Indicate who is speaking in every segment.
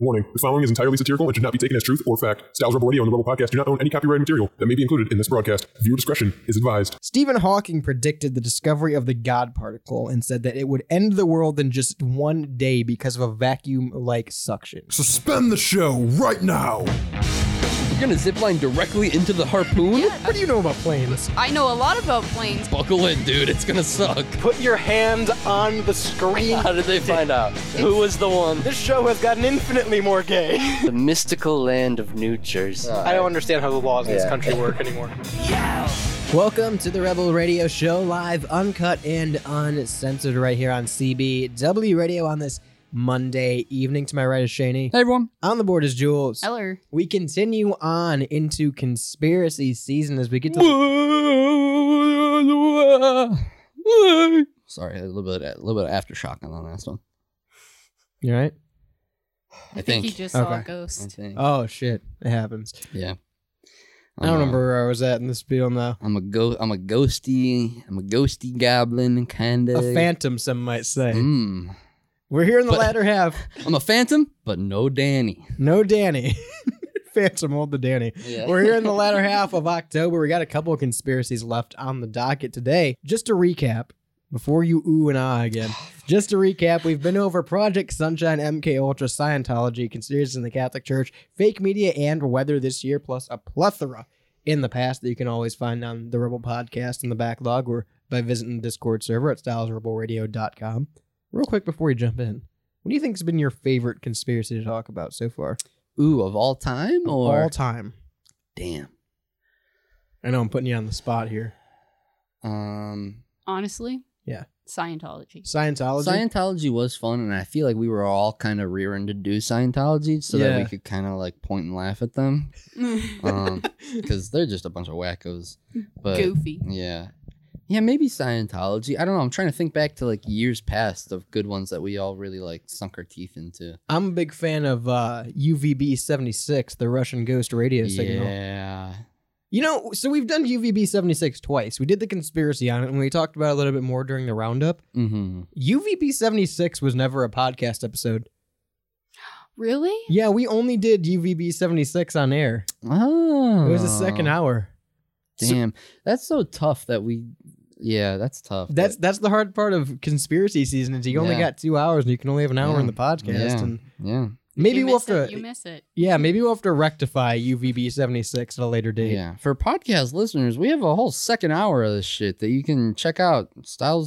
Speaker 1: Warning, the following is entirely satirical and should not be taken as truth or fact. Styles Rebel Radio and the Rebel Podcast do not own any copyrighted material that may be included in this broadcast. Viewer discretion is advised.
Speaker 2: Stephen Hawking predicted the discovery of the God particle and said that it would end the world in just one day because of a vacuum like suction.
Speaker 3: Suspend the show right now.
Speaker 4: You're gonna zipline directly into the harpoon?
Speaker 2: What do you know about planes?
Speaker 5: I know a lot about planes.
Speaker 4: Buckle in, dude. It's gonna suck.
Speaker 6: Put your hand on the screen.
Speaker 4: How did they find out? Who was the one?
Speaker 6: This show has gotten infinitely more gay.
Speaker 7: the mystical land of New Jersey.
Speaker 6: I don't understand how the laws in this country work anymore.
Speaker 2: Welcome to the Rebel Radio Show, live, uncut, and uncensored, right here on CBW Radio on this Monday evening. To my right is Shaney.
Speaker 4: Hey, everyone.
Speaker 2: On the board is Jules.
Speaker 5: Eller.
Speaker 2: We continue on into conspiracy season as we get to.
Speaker 4: Sorry, a little bit, a little bit of aftershock on the last one.
Speaker 2: You all right?
Speaker 4: I
Speaker 5: I think
Speaker 4: think.
Speaker 5: he just saw
Speaker 2: Okay.
Speaker 5: a
Speaker 4: I
Speaker 5: ghost.
Speaker 4: think.
Speaker 2: Oh shit! It happens.
Speaker 4: yeah.
Speaker 2: I don't
Speaker 4: I'm a-
Speaker 2: remember where I was at in this field now.
Speaker 4: I'm a go. I'm a ghosty. I'm a ghosty goblin, kind of.
Speaker 2: A phantom, some might say.
Speaker 4: Mm.
Speaker 2: We're here in the
Speaker 4: uh, But-
Speaker 2: latter half.
Speaker 4: I'm a phantom, but no Danny.
Speaker 2: No Danny. Phantom hold the Danny.
Speaker 4: Yeah.
Speaker 2: We're here in the latter half of October. We got a couple of conspiracies left on the docket today. Just to recap, before you ooh and ah again, just to recap, we've been over Project Sunshine, MK Ultra, Scientology, conspiracies in the Catholic Church, fake media, and weather this year, plus a plethora in the past that you can always find on the Rebel Podcast in the backlog or by visiting the Discord server at stylesrebelradio.com. Real quick before we jump in, what do you think has been your favorite conspiracy to talk about so far?
Speaker 4: Ooh, of all time, or
Speaker 2: all time.
Speaker 4: damn.
Speaker 2: I know I'm putting you on the spot here.
Speaker 4: Um,
Speaker 5: Honestly.
Speaker 2: Yeah.
Speaker 5: Scientology.
Speaker 2: Scientology.
Speaker 4: Scientology was fun, and I feel like we were all kind of rearing to do Scientology so that we
Speaker 2: Yeah.
Speaker 4: could kind of like point and laugh at them because they're just a bunch of wackos. But
Speaker 5: Goofy.
Speaker 4: yeah, yeah, maybe Scientology. I don't know. I'm trying to think back to like years past of good ones that we all really like sunk our teeth into.
Speaker 2: I'm a big fan of uh, UVB 76, the Russian ghost radio signal.
Speaker 4: Yeah,
Speaker 2: You know, so we've done UVB 76 twice. We did the conspiracy on it, and we talked about it a little bit more during the roundup.
Speaker 4: mm-hmm.
Speaker 2: UVB 76 was never a podcast episode.
Speaker 5: Really?
Speaker 2: Yeah, we only did UVB 76 on air.
Speaker 4: Oh,
Speaker 2: It was a second hour. So-
Speaker 4: Damn, that's so tough that we. Yeah, that's tough.
Speaker 2: That's that's the hard part of conspiracy season is you only
Speaker 4: Yeah.
Speaker 2: got two hours and you can only have an hour
Speaker 4: Yeah.
Speaker 2: in the podcast.
Speaker 4: Yeah.
Speaker 2: And
Speaker 4: but- yeah,
Speaker 2: maybe
Speaker 5: you
Speaker 2: we'll have
Speaker 5: miss
Speaker 2: to
Speaker 5: it, You miss it.
Speaker 2: Yeah, maybe we'll have to rectify UVB 76 at a later date.
Speaker 4: Yeah, for podcast listeners, we have a whole second hour of this shit that you can check out.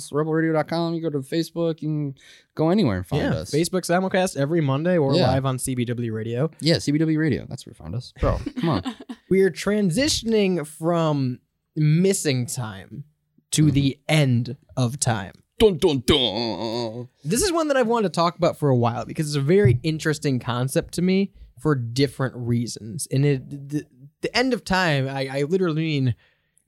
Speaker 4: StylesRebelRadio.com. You go to Facebook, you can go anywhere and find
Speaker 2: Yeah,
Speaker 4: us.
Speaker 2: Facebook simulcast every Monday or
Speaker 4: Yeah.
Speaker 2: live on CBW Radio.
Speaker 4: yeah, CBW Radio. That's where you find us, bro. Come on.
Speaker 2: We are transitioning from missing time to the
Speaker 4: Mm-hmm.
Speaker 2: end of time.
Speaker 4: dun dun dun.
Speaker 2: This is one that I've wanted to talk about for a while because it's a very interesting concept to me for different reasons. And it, the, the end of time, I, I literally mean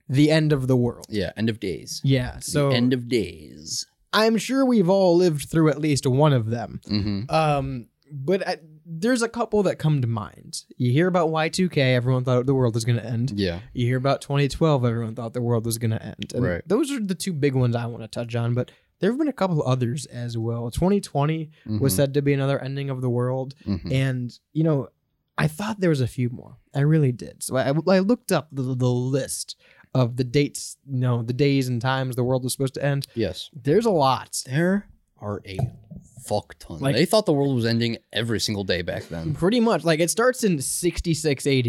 Speaker 2: the end of the world.
Speaker 4: Yeah, end of days.
Speaker 2: Yeah, so
Speaker 4: the end of days.
Speaker 2: I'm sure we've all lived through at least one of them.
Speaker 4: Mm-hmm.
Speaker 2: Um, but I, there's a couple that come to mind. You hear about Y2K, everyone thought the world was going to end.
Speaker 4: Yeah.
Speaker 2: You hear about 2012, everyone thought the world was going to end. And
Speaker 4: Right.
Speaker 2: Those are the two big ones I want to touch on, but there have been a couple others as well. 2020
Speaker 4: Mm-hmm,
Speaker 2: was said to be another ending of the world.
Speaker 4: Mhm.
Speaker 2: And, you know, I thought there was a few more. I really did. So I, I looked up the, the list of the dates, you know, the days and times the world was supposed to end.
Speaker 4: yes.
Speaker 2: There's a lot.
Speaker 4: There are a fuck ton.
Speaker 2: Like-
Speaker 4: they thought the world was ending every single day back then.
Speaker 2: Pretty much. Like it starts in 66 AD.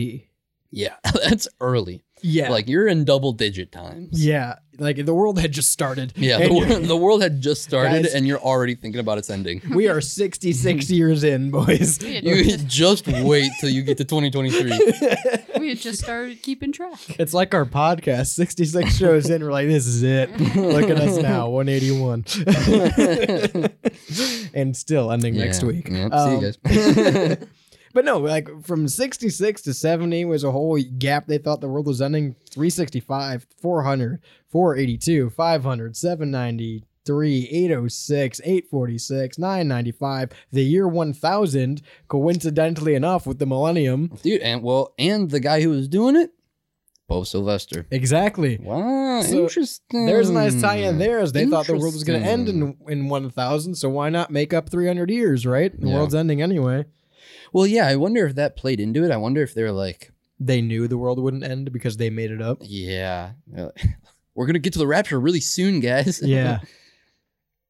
Speaker 4: Yeah, that's early.
Speaker 2: Yeah.
Speaker 4: Like you're in double digit times.
Speaker 2: yeah. Like the world had just started.
Speaker 4: Yeah,
Speaker 2: And
Speaker 4: the, wor- the world had just started,
Speaker 2: Guys-
Speaker 4: and you're already thinking about its ending.
Speaker 2: we are 66 years in, boys.
Speaker 5: We had,
Speaker 4: You
Speaker 5: just,
Speaker 4: just wait till you get to 2023.
Speaker 5: we had just started keeping track.
Speaker 2: It's like our podcast, 66 shows in. We're like, this is it. Look at us now, 181. and still ending next
Speaker 4: Yeah.
Speaker 2: week.
Speaker 4: Yep,
Speaker 2: Um,
Speaker 4: see you guys.
Speaker 2: But no, like from 66 to 70 was a whole gap. They thought the world was ending 365, 400, 482, 500, 793, 806, 846, 995, the year 1000, coincidentally enough with the millennium.
Speaker 4: Dude, and well, and the guy who was doing it, Bo Sylvester.
Speaker 2: Exactly.
Speaker 4: Wow,
Speaker 2: So,
Speaker 4: interesting.
Speaker 2: There's a nice tie in there as they thought the world was going to end
Speaker 4: Hmm. Interesting.
Speaker 2: in, in 1000, so why not make up 300 years, right? The
Speaker 4: Yeah.
Speaker 2: world's ending anyway.
Speaker 4: Well, yeah, I wonder if that played into it. I wonder if they're like,
Speaker 2: They knew the world wouldn't end because they made it up.
Speaker 4: yeah, uh, we're gonna get to the rapture really soon, guys.
Speaker 2: Yeah.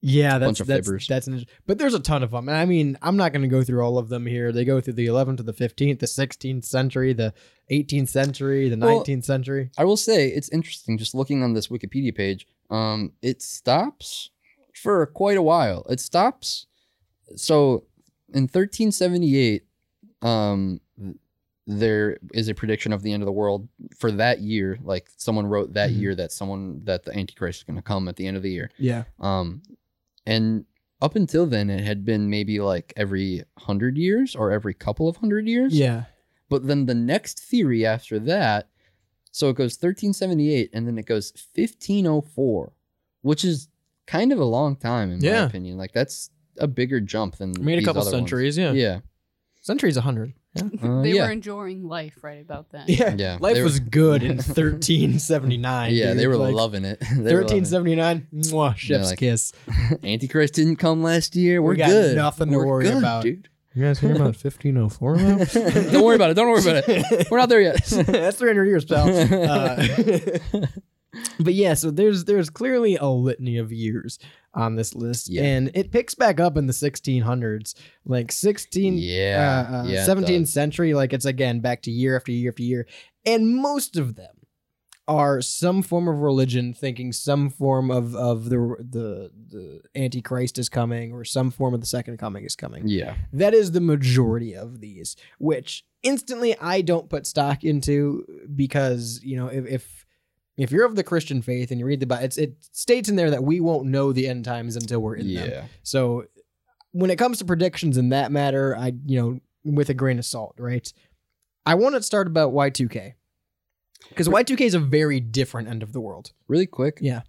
Speaker 2: Yeah, that's
Speaker 4: Bunch of
Speaker 2: that's,
Speaker 4: fibbers.
Speaker 2: that's an, but there's a ton of them, and I mean, I'm not going to go through all of them here. They go through the 11th to the 15th, the 16th century, the 18th century, the
Speaker 4: Well-
Speaker 2: 19th century.
Speaker 4: I will say it's interesting just looking on this Wikipedia page. Um, it stops for quite a while. It stops. So in 1378, um, there is a prediction of the end of the world for that year. Like someone wrote that
Speaker 2: Mhm.
Speaker 4: year that someone that the Antichrist is going to come at the end of the year.
Speaker 2: Yeah,
Speaker 4: Um, and up until then, it had been maybe like every hundred years or every couple of hundred years.
Speaker 2: yeah,
Speaker 4: But then the next theory after that, so it goes 1378 and then it goes 1504, which is kind of a long time in
Speaker 2: Yeah.
Speaker 4: my opinion. Like that's a bigger jump than
Speaker 2: made a
Speaker 4: these
Speaker 2: couple
Speaker 4: other ones.
Speaker 2: centuries. Yeah,
Speaker 4: Yeah.
Speaker 2: centuries, 100. Yeah,
Speaker 4: Uh,
Speaker 5: they
Speaker 4: yeah.
Speaker 5: were enjoying life right about then.
Speaker 2: yeah.
Speaker 4: Yeah,
Speaker 2: Life
Speaker 4: they were-
Speaker 2: was good in 1379.
Speaker 4: yeah, they
Speaker 2: dude,
Speaker 4: were
Speaker 2: like,
Speaker 4: loving it. They were loving it.
Speaker 2: 1379, mwah, chef's
Speaker 4: like,
Speaker 2: kiss.
Speaker 4: Antichrist didn't come last year.
Speaker 2: We
Speaker 4: We're
Speaker 2: got
Speaker 4: good.
Speaker 2: nothing to
Speaker 4: We're
Speaker 2: worry
Speaker 4: good,
Speaker 2: about.
Speaker 4: dude.
Speaker 2: You guys hear about 1504?
Speaker 4: don't worry about it. Don't worry about it. We're not there yet.
Speaker 2: That's 300 years, pal. Uh, but yeah, so there's there's clearly a litany of years on this list,
Speaker 4: Yeah.
Speaker 2: and it picks back up in the 1600s, like 16,
Speaker 4: yeah,
Speaker 2: uh, uh,
Speaker 4: yeah, it
Speaker 2: 17th
Speaker 4: does.
Speaker 2: century. Like it's again back to year after year after year, and most of them are some form of religion, thinking some form of of the the the Antichrist is coming, or some form of the Second Coming is coming.
Speaker 4: Yeah,
Speaker 2: That is the majority of these, which instantly I don't put stock into because you know if if, if you're of the Christian faith and you read the Bible, it's, it states in there that we won't know the end times until we're in them.
Speaker 4: yeah,
Speaker 2: So when it comes to predictions in that matter, I you know with a grain of salt, right? I want to start about Y2K because Y2K is a very different end of the world.
Speaker 4: really quick.
Speaker 2: Yeah.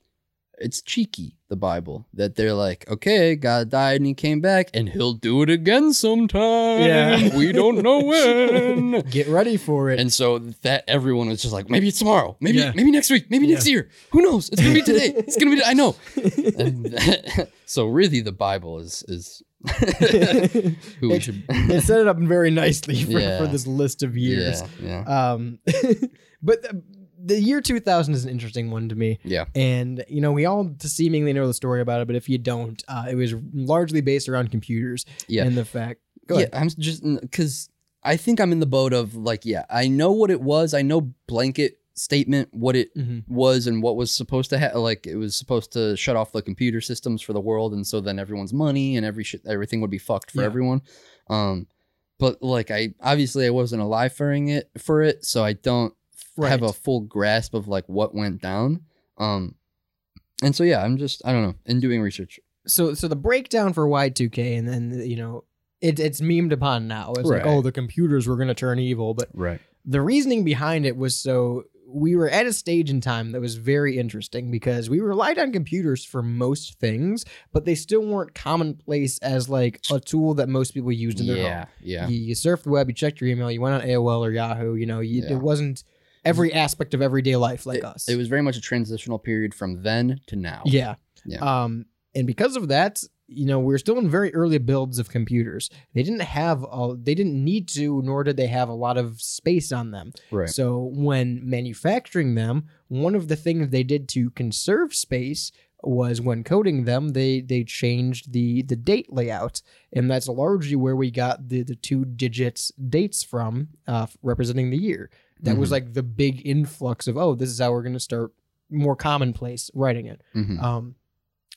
Speaker 4: It's cheeky, the Bible, that they're like, okay, God died and he came back and he'll do it again sometime.
Speaker 2: Yeah.
Speaker 4: We don't know when.
Speaker 2: Get ready for it.
Speaker 4: and so that everyone was just like, maybe it's tomorrow, maybe
Speaker 2: Yeah.
Speaker 4: maybe next week, maybe
Speaker 2: Yeah.
Speaker 4: next year. Who knows? It's gonna be today. It's gonna be I know. And so really the Bible is is who we
Speaker 2: It's-
Speaker 4: should
Speaker 2: they set it up very nicely for,
Speaker 4: Yeah.
Speaker 2: for this list of years.
Speaker 4: Yeah, yeah.
Speaker 2: Um, but the, the year 2000 is an interesting one to me.
Speaker 4: Yeah.
Speaker 2: And, you know, we all seemingly know the story about it, but if you don't, uh, it was largely based around computers
Speaker 4: Yeah.
Speaker 2: and the fact. Go
Speaker 4: yeah,
Speaker 2: ahead.
Speaker 4: I'm just because I think I'm in the boat of like, yeah, I know what it was. I know blanket statement what it
Speaker 2: Mhm.
Speaker 4: was and what was supposed to ha- like it was supposed to shut off the computer systems for the world, and so then everyone's money and every shit, everything would be fucked for
Speaker 2: Yeah.
Speaker 4: everyone. Um, but like I obviously I wasn't alive for it for it, so I don't have a
Speaker 2: Right.
Speaker 4: full grasp of like what went down. Um, and so yeah, I'm just I don't know in doing research.
Speaker 2: So, so the breakdown for Y2K and then, you know, it, it's memed upon now. It's like,
Speaker 4: Right.
Speaker 2: oh, the computers were going to turn evil, but
Speaker 4: Right.
Speaker 2: the reasoning behind it was so we were at a stage in time that was very interesting because we relied on computers for most things, but they still weren't commonplace as like a tool that most people used in their
Speaker 4: Yeah.
Speaker 2: home.
Speaker 4: Yeah.
Speaker 2: You, you surfed the web, you checked your email, you went on AOL or Yahoo. You know, you,
Speaker 4: Yeah.
Speaker 2: it
Speaker 4: Mm.
Speaker 2: wasn't every aspect of everyday life like us.
Speaker 4: It was very much a transitional period from then to now.
Speaker 2: Yeah.
Speaker 4: Yeah.
Speaker 2: Um, and because of that, you know, we are still in very early builds of computers. They didn't have a, they didn't need to, nor did they have a lot of space on them.
Speaker 4: Right.
Speaker 2: So when manufacturing them, one of the things they did to conserve space was when coding them, they they changed the the date layout, and that's largely where we got the the two digits dates from, uh, representing the year. That was
Speaker 4: Mhm.
Speaker 2: like the big influx of oh, this is how we're going to start more commonplace writing it.
Speaker 4: Mhm.
Speaker 2: Um,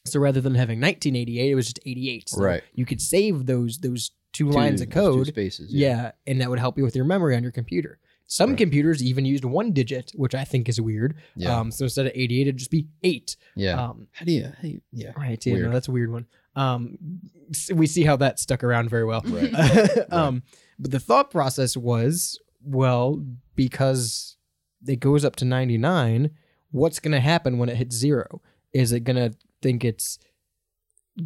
Speaker 2: so rather than having 1988, it was just 88. So
Speaker 4: Right.
Speaker 2: You could save those those two,
Speaker 4: Two-
Speaker 2: lines of
Speaker 4: those two
Speaker 2: code.
Speaker 4: spaces.
Speaker 2: yeah. and that would help you with your memory on your computer. Some
Speaker 4: Right.
Speaker 2: computers even used one digit, which I think is weird.
Speaker 4: Yeah.
Speaker 2: Um, so instead of 88, it'd just be eight.
Speaker 4: yeah.
Speaker 2: Um,
Speaker 4: how do you? How do you yeah.
Speaker 2: right. Yeah, no,
Speaker 4: Weird.
Speaker 2: that's a weird one. Um, s- we see how that stuck around very well.
Speaker 4: Right.
Speaker 2: um, but the thought process was, well, because it goes up to 99, what's going to happen when it hits zero? Is it going to think it's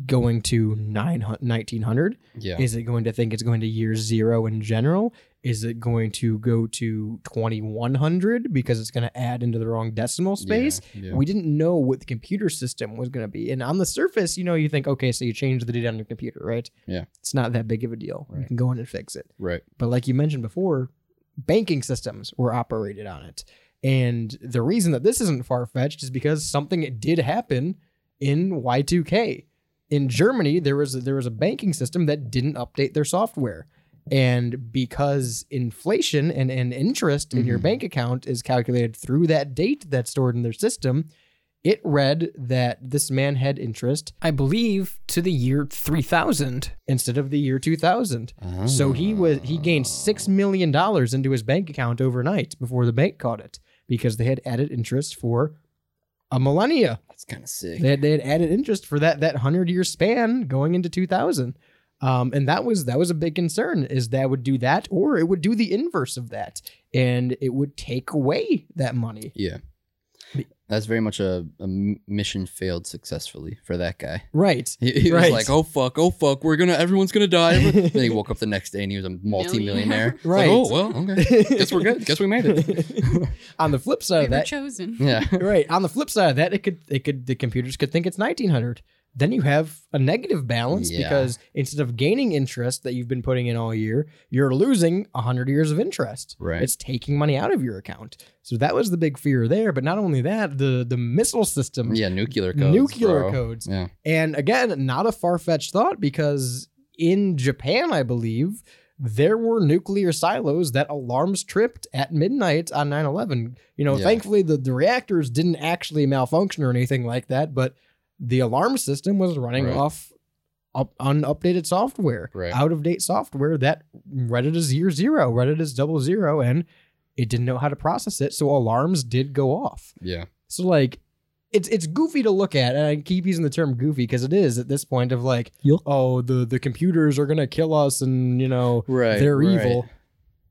Speaker 2: going to 900, 1900?
Speaker 4: Yeah.
Speaker 2: Is it going to think it's going to year zero in general? Is it going to go to 2100 because it's going to add into the wrong decimal space?
Speaker 4: Yeah, yeah.
Speaker 2: We didn't know what the computer system was going to be. And on the surface, you know, you think, okay, so you change the data on your computer, right?
Speaker 4: Yeah.
Speaker 2: It's not that big of a deal. You
Speaker 4: Right.
Speaker 2: can go in and fix it.
Speaker 4: right.
Speaker 2: But like you mentioned before, banking systems were operated on it. And the reason that this isn't far fetched is because something did happen in Y2K. In Germany, there was there was a banking system that didn't update their software. And because inflation and, and interest in your
Speaker 8: Mm-hmm.
Speaker 4: Mhm.
Speaker 2: bank account is calculated through that date that's stored in their system, it read that this man had interest
Speaker 8: I believe to the year 3000.
Speaker 2: instead of the year 2000. So
Speaker 4: Oh.
Speaker 2: he was he gained
Speaker 4: Ah,
Speaker 2: six million dollars into his bank account overnight before the bank caught it because they had added interest for a millennia.
Speaker 4: That's kind of sick.
Speaker 2: They had, they had added interest for that that hundred year span going into two thousand, um, and that was that was a big concern is that would do that or it would do the inverse of that and it would take away that money.
Speaker 4: yeah. That's very much a, a m- mission failed successfully for that guy.
Speaker 2: Right.
Speaker 4: He, he
Speaker 2: Right.
Speaker 4: was like, "Oh fuck, oh fuck, we're gonna, everyone's gonna die." everyone-" then he woke up the next day and he was a multi-millionaire. It's
Speaker 2: Right.
Speaker 4: Like, oh well, okay. Guess we're good. Guess we made it.
Speaker 2: On the flip side
Speaker 5: We
Speaker 2: of
Speaker 5: were
Speaker 2: that,
Speaker 5: chosen.
Speaker 4: Yeah.
Speaker 2: right. On the flip side of that, it could it could the computers could think it's 1900. Then you have a negative balance
Speaker 4: Yeah.
Speaker 2: because instead of gaining interest that you've been putting in all year, you're losing 100 years of interest.
Speaker 4: Right.
Speaker 2: It's taking money out of your account. So that was the big fear there, but not only that, the the missile system
Speaker 4: Yeah. Nuclear codes.
Speaker 2: Nuclear
Speaker 4: bro.
Speaker 2: codes.
Speaker 4: Yeah.
Speaker 2: and again, not a far fetched thought because in Japan, I believe, there were nuclear silos that alarms tripped at midnight on 9 11. You know,
Speaker 4: Yeah.
Speaker 2: thankfully, the, the reactors didn't actually malfunction or anything like that, but the alarm system was running
Speaker 4: Right.
Speaker 2: off up, unupdated software,
Speaker 4: Right.
Speaker 2: out of date software that read it as year zero, read it as double zero, and it didn't know how to process it. So alarms did go off.
Speaker 4: Yeah.
Speaker 2: So like, it's it's goofy to look at, and I keep using the term goofy because it is at this point of like, oh, the the computers are gonna kill us, and you know
Speaker 4: Right.
Speaker 2: they're
Speaker 4: right.
Speaker 2: evil.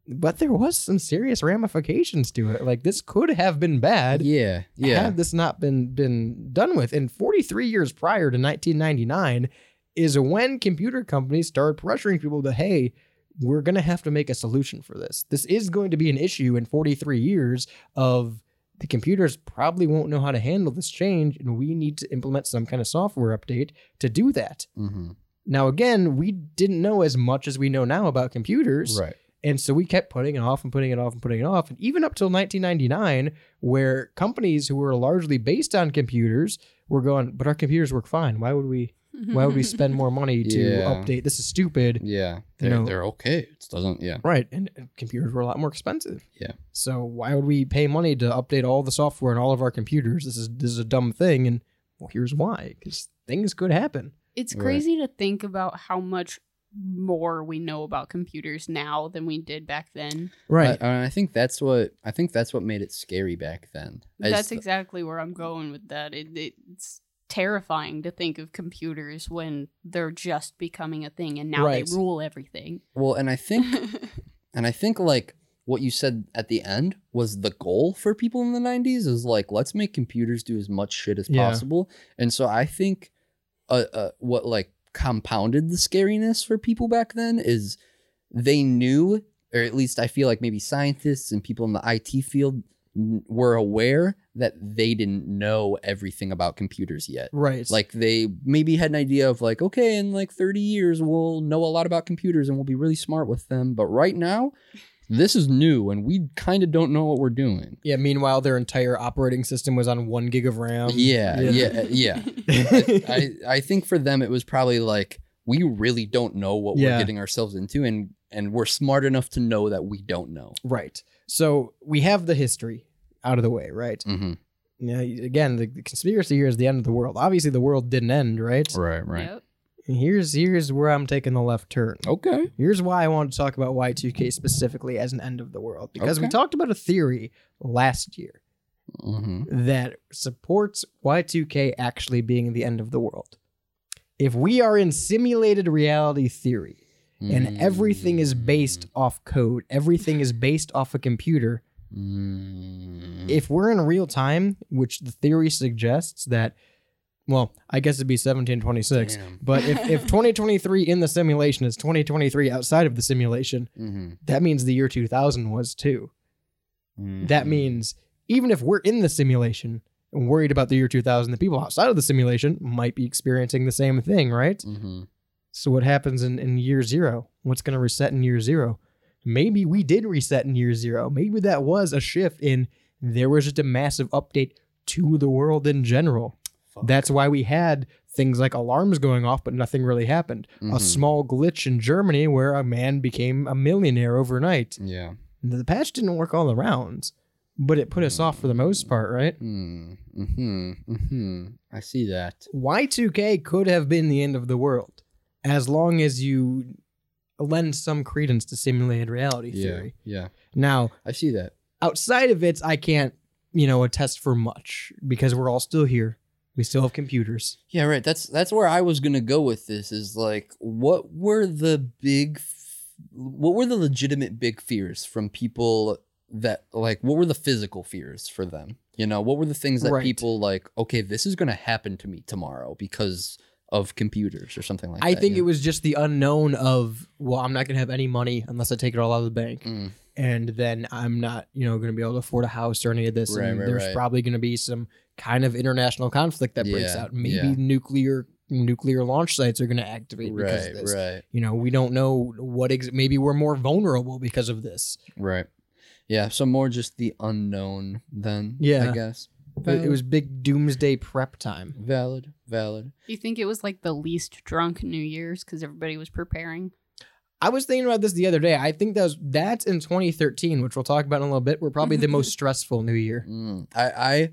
Speaker 2: But there was some serious ramifications to it. Like this could have been bad
Speaker 4: Yeah. Yeah.
Speaker 2: had this not been been done with. And 43 years prior to 1999 is when computer companies started pressuring people to, hey, we're going to have to make a solution for this. This is going to be an issue in 43 years of the computers probably won't know how to handle this change, and we need to implement some kind of software update to do that.
Speaker 4: hmm
Speaker 2: Now, again, we didn't know as much as we know now about computers.
Speaker 4: Right.
Speaker 2: And so we kept putting it off and putting it off and putting it off. And even up till 1999, where companies who were largely based on computers were going, but our computers work fine. Why would we? Why would we spend more money to
Speaker 4: Yeah.
Speaker 2: update? This is stupid.
Speaker 4: Yeah.
Speaker 2: You
Speaker 4: They're,
Speaker 2: know-
Speaker 4: they're okay. It doesn't. Yeah.
Speaker 2: Right. And and computers were a lot more expensive.
Speaker 4: Yeah.
Speaker 2: So why would we pay money to update all the software and all of our computers? This is this is a dumb thing. And well, here's why. Because things could happen.
Speaker 5: It's
Speaker 4: Right.
Speaker 5: crazy to think about how much more we know about computers now than we did back then.
Speaker 2: Right.
Speaker 4: uh, I, I think that's what I think that's what made it scary back then. I
Speaker 5: That's
Speaker 4: just-
Speaker 5: exactly where I'm going with that. It, it's terrifying to think of computers when they're just becoming a thing and now
Speaker 2: Right.
Speaker 5: they rule everything.
Speaker 4: well, and I think and I think like what you said at the end was the goal for people in the 90s is like let's make computers do as much shit as
Speaker 2: Yeah.
Speaker 4: possible. And so I think uh, uh what like compounded the scariness for people back then is they knew or at least I feel like maybe scientists and people in the IT field n- were aware that they didn't know everything about computers yet.
Speaker 2: Right.
Speaker 4: Like they maybe had an idea of like, okay, in like 30 years we'll know a lot about computers and we'll be really smart with them. But right now, this is new and we kind of don't know what we're doing.
Speaker 2: yeah. Meanwhile, their entire operating system was on one gig of RAM.
Speaker 4: yeah, Uh, yeah, yeah. I, I think for them it was probably like we really don't know what
Speaker 2: Yeah.
Speaker 4: we're getting ourselves into and and we're smart enough to know that we don't know.
Speaker 2: Right. So we have the history out of the way, right?
Speaker 4: Mm-hmm.
Speaker 2: Yeah. Again, the, the conspiracy here is the end of the world. Obviously, the world didn't end, right?
Speaker 4: Right,
Speaker 5: Yep.
Speaker 2: And here's here's where I'm taking the left turn.
Speaker 4: Okay.
Speaker 2: Here's why I wanted to talk about Y2K specifically as an end of the world because we
Speaker 4: Okay.
Speaker 2: talked about a theory last year
Speaker 4: Mm-hmm.
Speaker 2: that supports Y2K actually being the end of the world. If we are in simulated reality theory, and everything is based off code. Everything is based off a computer.
Speaker 4: Mm. Mm-hmm.
Speaker 2: If we're in real time, which the theory suggests that well, I guess it'd be 1726.
Speaker 4: Damn.
Speaker 2: But if, if 2023 in the simulation is 2023 outside of the simulation,
Speaker 4: Mhm.
Speaker 2: that means the year 2000 was too.
Speaker 4: Mhm.
Speaker 2: That means even if we're in the simulation and worried about the year 2000, the people outside of the simulation might be experiencing the same thing, right?
Speaker 4: Mhm.
Speaker 2: So what happens in, in year zero? What's going to reset in year zero? Maybe we did reset in year zero. Maybe that was a shift in there was just a massive update to the world in general. That's why we had things like alarms going off, but nothing really happened. A
Speaker 4: Mhm.
Speaker 2: small glitch in Germany where a man became a millionaire overnight.
Speaker 4: Yeah.
Speaker 2: The patch didn't work all around, but it put us off for the most part, right?
Speaker 4: Mm. Mhm. Mhm. I see that.
Speaker 2: Y2K could have been the end of the world as long as you lend some credence to simulated reality
Speaker 4: Yeah.
Speaker 2: theory.
Speaker 4: Yeah.
Speaker 2: Now,
Speaker 4: I see that.
Speaker 2: outside of it, I can't, you know, attest for much because we're all still here. We still have computers.
Speaker 4: Yeah, right. That's that's where I was gonna go with this. Is like, what were the big, f- what were the legitimate big fears from people that like, what were the physical fears for them? You know, what were the things that
Speaker 2: Right.
Speaker 4: people like? Okay, this is gonna happen to me tomorrow because of computers or something like
Speaker 2: I
Speaker 4: that.
Speaker 2: think it was just the unknown of, well, I'm not going to have any money unless I take it all out of the bank.
Speaker 4: Mm.
Speaker 2: And then I'm not, you know, going to be able to afford a house or any of this.
Speaker 4: Right,
Speaker 2: and
Speaker 4: right,
Speaker 2: there's
Speaker 4: right.
Speaker 2: probably going to be some kind of international conflict that breaks
Speaker 4: Yeah,
Speaker 2: out. Maybe
Speaker 4: yeah.
Speaker 2: nuclear nuclear launch sites are going to activate because of
Speaker 4: right,
Speaker 2: this.
Speaker 4: right.
Speaker 2: You know, we don't know what ex- maybe we're more vulnerable because of this.
Speaker 4: Right. Yeah. So more just the unknown then.
Speaker 2: Yeah.
Speaker 4: I guess.
Speaker 2: It, it was big doomsday prep time.
Speaker 4: valid. Valid.
Speaker 5: You think it was like the least drunk New Year's because everybody was preparing?
Speaker 2: I was thinking about this the other day. I think that was, that's in 2013, which we'll talk about in a little bit, were probably the most stressful new year.
Speaker 4: Mm. I I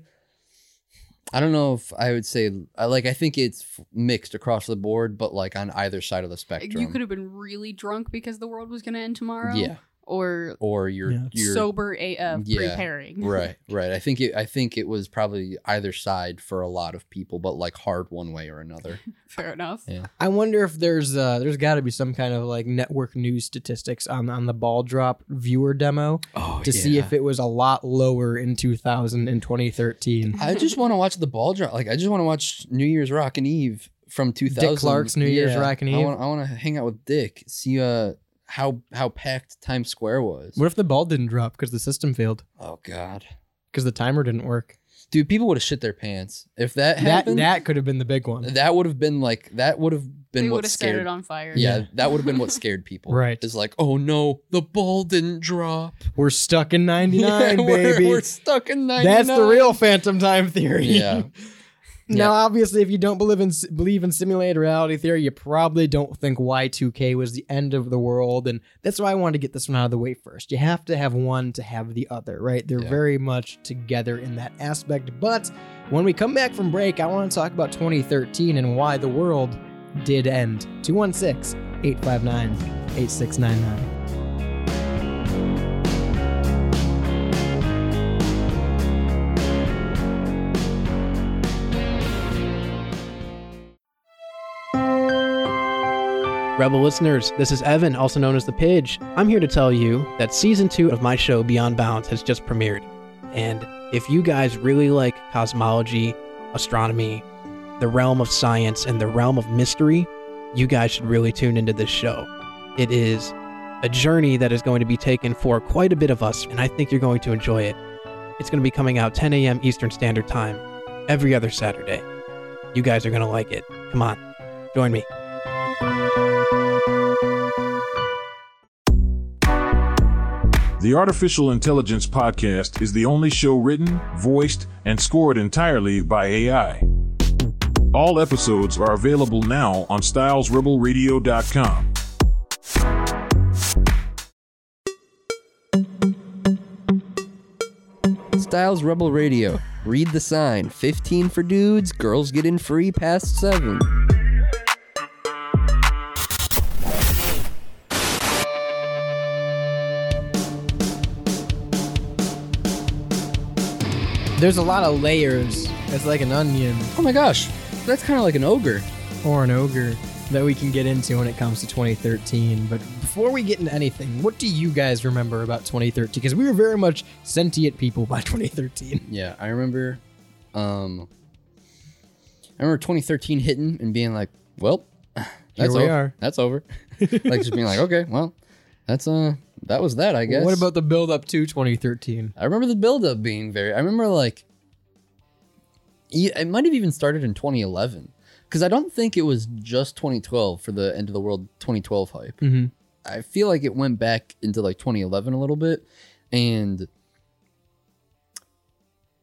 Speaker 4: I don't know if I would say I like I think it's f- mixed across the board, but like on either side of the spectrum.
Speaker 5: You could have been really drunk because the world was going to end tomorrow.
Speaker 4: Yeah.
Speaker 5: Or
Speaker 4: Or you're
Speaker 2: Yeah.
Speaker 4: you're
Speaker 5: sober AF
Speaker 4: Yeah.
Speaker 5: preparing.
Speaker 4: right right. I think it I think it was probably either side for a lot of people, but like hard one way or another.
Speaker 5: Fair enough.
Speaker 4: Yeah.
Speaker 2: I wonder if there's uh, there's got to be some kind of like network news statistics on on the ball drop viewer demo
Speaker 4: Oh,
Speaker 2: to see if it was a lot lower in 2000 and 2013.
Speaker 4: I just want to watch the ball drop. Like I just want to watch New Year's Rockin' Eve from 2000.
Speaker 2: Clark's New Year's Rockin'
Speaker 4: I
Speaker 2: Eve.
Speaker 4: want, I want to hang out with Dick. See uh how how packed Times Square was.
Speaker 2: What if the ball didn't drop because the system failed
Speaker 4: Oh God,
Speaker 2: because the timer didn't work?
Speaker 4: dude, people would have shit their pants if that
Speaker 2: That
Speaker 4: happened. That,
Speaker 2: that could have been the big one.
Speaker 4: would have been like that would have been
Speaker 5: they would
Speaker 4: what
Speaker 5: have set
Speaker 4: scared.
Speaker 5: it on fire.
Speaker 4: Yeah,
Speaker 2: Yeah.
Speaker 4: that would have been what scared people.
Speaker 2: Right.
Speaker 4: Is like, oh no, the ball didn't drop.
Speaker 2: We're stuck in 99,
Speaker 4: Yeah, we're,
Speaker 2: baby.
Speaker 4: we're stuck in 99.
Speaker 2: That's the real phantom time theory.
Speaker 4: Yeah.
Speaker 2: Now, obviously, if you don't believe in believe in simulated reality theory, you probably don't think Y2K was the end of the world, and that's why I wanted to get this one out of the way first. You have to have one to have the other, right? They're
Speaker 4: Yeah.
Speaker 2: very much together in that aspect. But when we come back from break, I want to talk about 2013 and why the world did end. 216 859 8699.
Speaker 9: Rebel listeners, this is Evan, also known as The Pidge. I'm here to tell you that season two of my show, Beyond Bounds, has just premiered. And if you guys really like cosmology, astronomy, the realm of science, and the realm of mystery, you guys should really tune into this show. It is a journey that is going to be taken for quite a bit of us, and I think you're going to enjoy it. It's going to be coming out 10 a.m. Eastern Standard Time every other Saturday. You guys are going to like it. Come on, join me.
Speaker 10: The Artificial Intelligence Podcast is the only show written, voiced, and scored entirely by AI. All episodes are available now on StylesRebelRadio.com.
Speaker 4: Styles Rebel Radio. Read the sign. 15 for dudes. Girls get in free past 7.
Speaker 2: There's a lot of layers. It's like an onion
Speaker 4: Oh my gosh. That's kind of like an ogre.
Speaker 2: or an ogre that we can get into when it comes to 2013. But before we get into anything, what do you guys remember about 2013? Because we were very much sentient people by 2013.
Speaker 4: Yeah, I remember um I remember 2013 hitting and being like, well, that's
Speaker 2: Here we
Speaker 4: over.
Speaker 2: are.
Speaker 4: That's over. like just being like, okay, well, that's uh, that was that, I guess.
Speaker 2: What about the build up to 2013?
Speaker 4: I remember the buildup being very. I remember like, e- it might have even started in 2011 because I don't think it was just 2012 for the end of the world 2012 hype.
Speaker 2: Mhm.
Speaker 4: I feel like it went back into like 2011 a little bit, and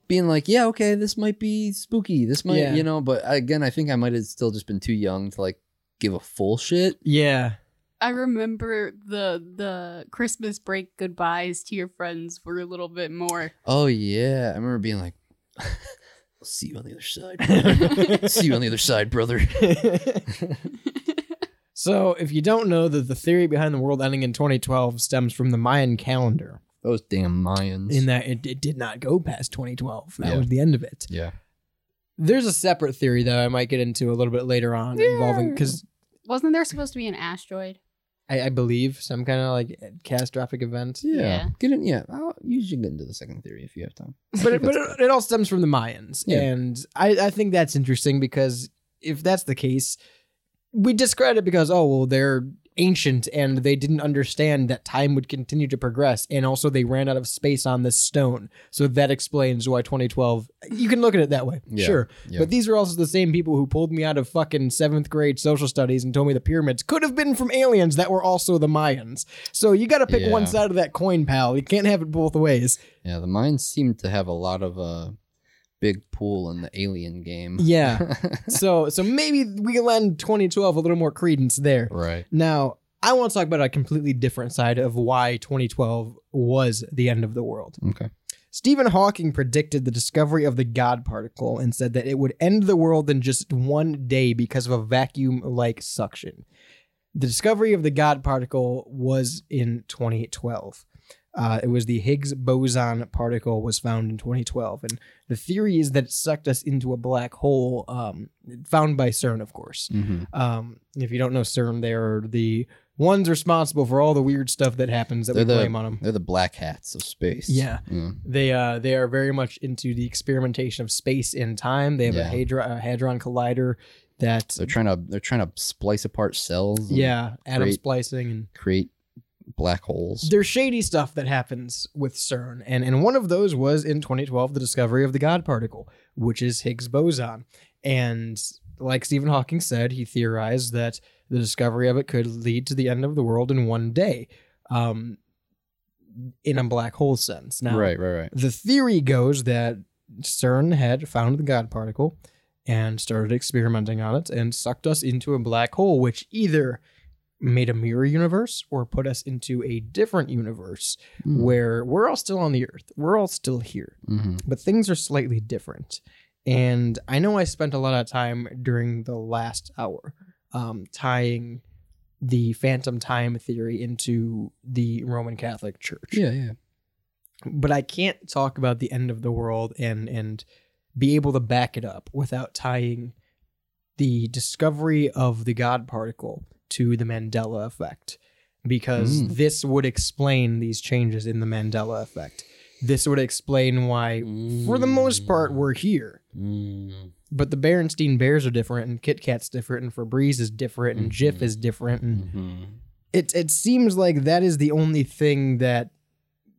Speaker 4: being like, yeah, okay, this might be spooky. This might,
Speaker 2: Yeah.
Speaker 4: you know. But again, I think I might have still just been too young to like give a full shit.
Speaker 2: Yeah.
Speaker 5: I remember the the Christmas break goodbyes to your friends were a little bit more.
Speaker 4: Oh yeah, I remember being like, "See you on the other side. brother. See you on the other side, brother."
Speaker 2: So, if you don't know that the theory behind the world ending in 2012 stems from the Mayan calendar,
Speaker 4: Those damn Mayans.
Speaker 2: in that it, it did not go past 2012. That
Speaker 4: Yeah.
Speaker 2: was the end of it.
Speaker 4: yeah.
Speaker 2: There's a separate theory though I might get into a little bit later on involving because
Speaker 5: Wasn't there supposed to be an asteroid?
Speaker 2: I, I believe some kind of like catastrophic event.
Speaker 4: yeah,
Speaker 5: Yeah.
Speaker 4: Get in. Yeah, I'll, you should get into the second theory if you have time.
Speaker 2: but it, but it, it all stems from the Mayans,
Speaker 4: Yeah.
Speaker 2: and I, I think that's interesting because if that's the case, we discredit it because oh well they're ancient and they didn't understand that time would continue to progress, and also they ran out of space on this stone, so that explains why 2012. You can look at it that way,
Speaker 4: Yeah,
Speaker 2: sure.
Speaker 4: yeah.
Speaker 2: But these are also the same people who pulled me out of fucking seventh grade social studies and told me the pyramids could have been from aliens that were also the Mayans. So you got to pick
Speaker 4: Yeah.
Speaker 2: one side of that coin, pal. You can't have it both ways.
Speaker 4: Yeah, the Mayans seem to have a lot of uh, big pool in the alien game.
Speaker 2: Yeah. so so maybe we can lend 2012 a little more credence there.
Speaker 4: right.
Speaker 2: Now, I want to talk about a completely different side of why 2012 was the end of the world.
Speaker 4: Okay.
Speaker 2: Stephen Hawking predicted the discovery of the God particle and said that it would end the world in just one day because of a vacuum like suction. The discovery of the God particle was in 2012. Uh, it was the Higgs boson particle was found in 2012, and the theory is that it sucked us into a black hole, um, found by CERN, of course.
Speaker 4: hmm
Speaker 2: Um, if you don't know CERN, they're the ones responsible for all the weird stuff that happens that
Speaker 4: They're
Speaker 2: we
Speaker 4: the-
Speaker 2: blame on them.
Speaker 4: They're the black hats of space.
Speaker 2: Yeah.
Speaker 4: Yeah.
Speaker 2: They uh they are very much into the experimentation of space and time. They have a,
Speaker 4: Yeah.
Speaker 2: hadron, a hadron collider that
Speaker 4: They're trying to they're trying to splice apart cells. and
Speaker 2: yeah atom
Speaker 4: Great.
Speaker 2: splicing and
Speaker 4: Create black holes.
Speaker 2: there's shady stuff that happens with CERN and and one of those was in 2012 the discovery of the God particle, which is Higgs boson, and like Stephen Hawking said, he theorized that the discovery of it could lead to the end of the world in one day, um, in a black hole sense. Now,
Speaker 4: Right. Right. Right.
Speaker 2: The theory goes that CERN had found the God particle and started experimenting on it and sucked us into a black hole, which either made a mirror universe or put us into a different universe
Speaker 4: Mm.
Speaker 2: where we're all still on the earth. We're all still here
Speaker 4: Mhm.
Speaker 2: but things are slightly different. And I know I spent a lot of time during the last hour um, tying the phantom time theory into the Roman Catholic Church.
Speaker 4: Yeah. Yeah.
Speaker 2: But I can't talk about the end of the world and and be able to back it up without tying the discovery of the God particle to the Mandela effect, because
Speaker 4: Mm.
Speaker 2: this would explain these changes in the Mandela effect. This would explain why for the most part, we're here.
Speaker 4: Mm.
Speaker 2: But the Berenstein Bears are different, and Kit Kat's different, and Febreze is different, and Jif is different, and
Speaker 4: Mhm.
Speaker 2: it it seems like that is the only thing that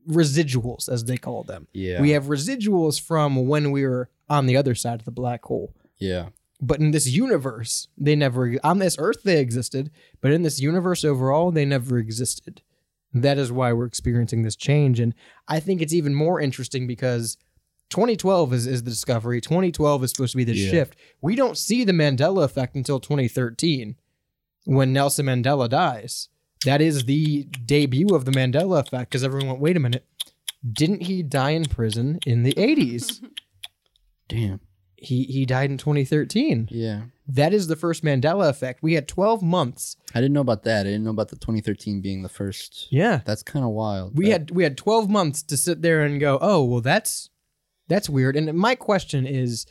Speaker 2: residuals, as they call them,
Speaker 4: Yeah.
Speaker 2: we have residuals from when we were on the other side of the black hole.
Speaker 4: yeah.
Speaker 2: But in this universe, they never e, on this Earth they existed, but in this universe overall, they never existed. That is why we're experiencing this change, and I think it's even more interesting because 2012 is, is the discovery. 2012 is supposed to be the
Speaker 4: Yeah.
Speaker 2: shift. We don't see the Mandela effect until 2013, when Nelson Mandela dies. That is the debut of the Mandela effect because everyone went, wait a minute, didn't he die in prison in the 80s?
Speaker 4: Damn.
Speaker 2: he he died in 2013.
Speaker 4: Yeah.
Speaker 2: That is the first Mandela effect. We had 12 months.
Speaker 4: I didn't know about that. I didn't know about the 2013 being the first.
Speaker 2: Yeah.
Speaker 4: That's kind of wild.
Speaker 2: We
Speaker 4: That-
Speaker 2: had we had 12 months to sit there and go, "Oh, well that's that's weird." And my question is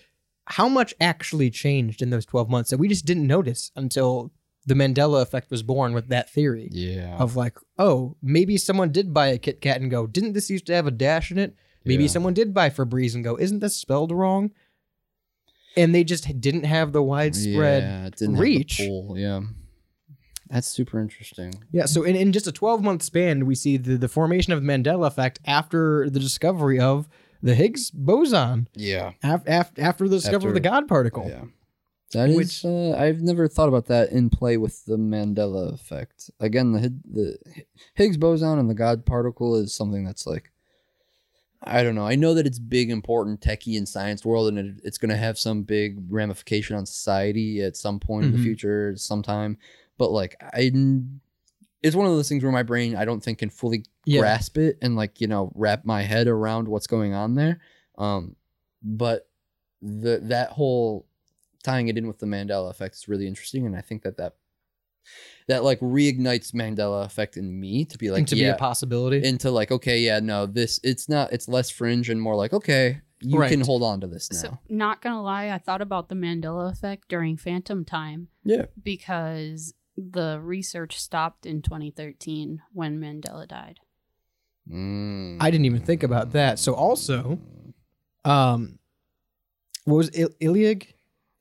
Speaker 2: how much actually changed in those 12 months that we just didn't notice until the Mandela effect was born with that theory
Speaker 4: Yeah.
Speaker 2: of like, "Oh, maybe someone did buy a Kit Kat and go, didn't this used to have a dash in it?" Maybe
Speaker 4: Yeah.
Speaker 2: someone did buy Febreze and go, "Isn't this spelled wrong?" and they just didn't have the widespread. Yeah.
Speaker 4: yeah, it didn't have the
Speaker 2: reach.
Speaker 4: pull, Yeah, that's super interesting.
Speaker 2: so in, in just a 12 month span, we see the, the formation of the Mandela effect after the discovery of the Higgs boson,
Speaker 4: Yeah,
Speaker 2: af- af- after the discovery of the
Speaker 4: After-
Speaker 2: God particle.
Speaker 4: yeah. That is.
Speaker 2: Which-
Speaker 4: uh, I've never thought about that in play with the Mandela effect. Again, the Hig- the Higgs boson and the God particle is something that's like, I don't know. I know that it's big, important, techie, and science world, and it, it's going to have some big ramification on society at some point in
Speaker 2: Mhm.
Speaker 4: the future, sometime. But like, I, it's one of those things where my brain, I don't think, can fully
Speaker 2: Yeah.
Speaker 4: grasp it and like you know wrap my head around what's going on there. Um, but the that whole tying it in with the Mandela effect is really interesting, and I think that that that like reignites Mandela effect in me to be like
Speaker 2: and to
Speaker 4: yeah,
Speaker 2: be a possibility.
Speaker 4: into like okay yeah no this it's not it's less fringe and more like okay you
Speaker 2: Right.
Speaker 4: can hold on to this now
Speaker 5: So, not gonna lie, I thought about the Mandela effect during Phantom Time.
Speaker 4: Yeah.
Speaker 5: Because the research stopped in 2013 when Mandela died.
Speaker 4: Mm.
Speaker 2: I didn't even think about that. So also, um, what was Il- Iliag?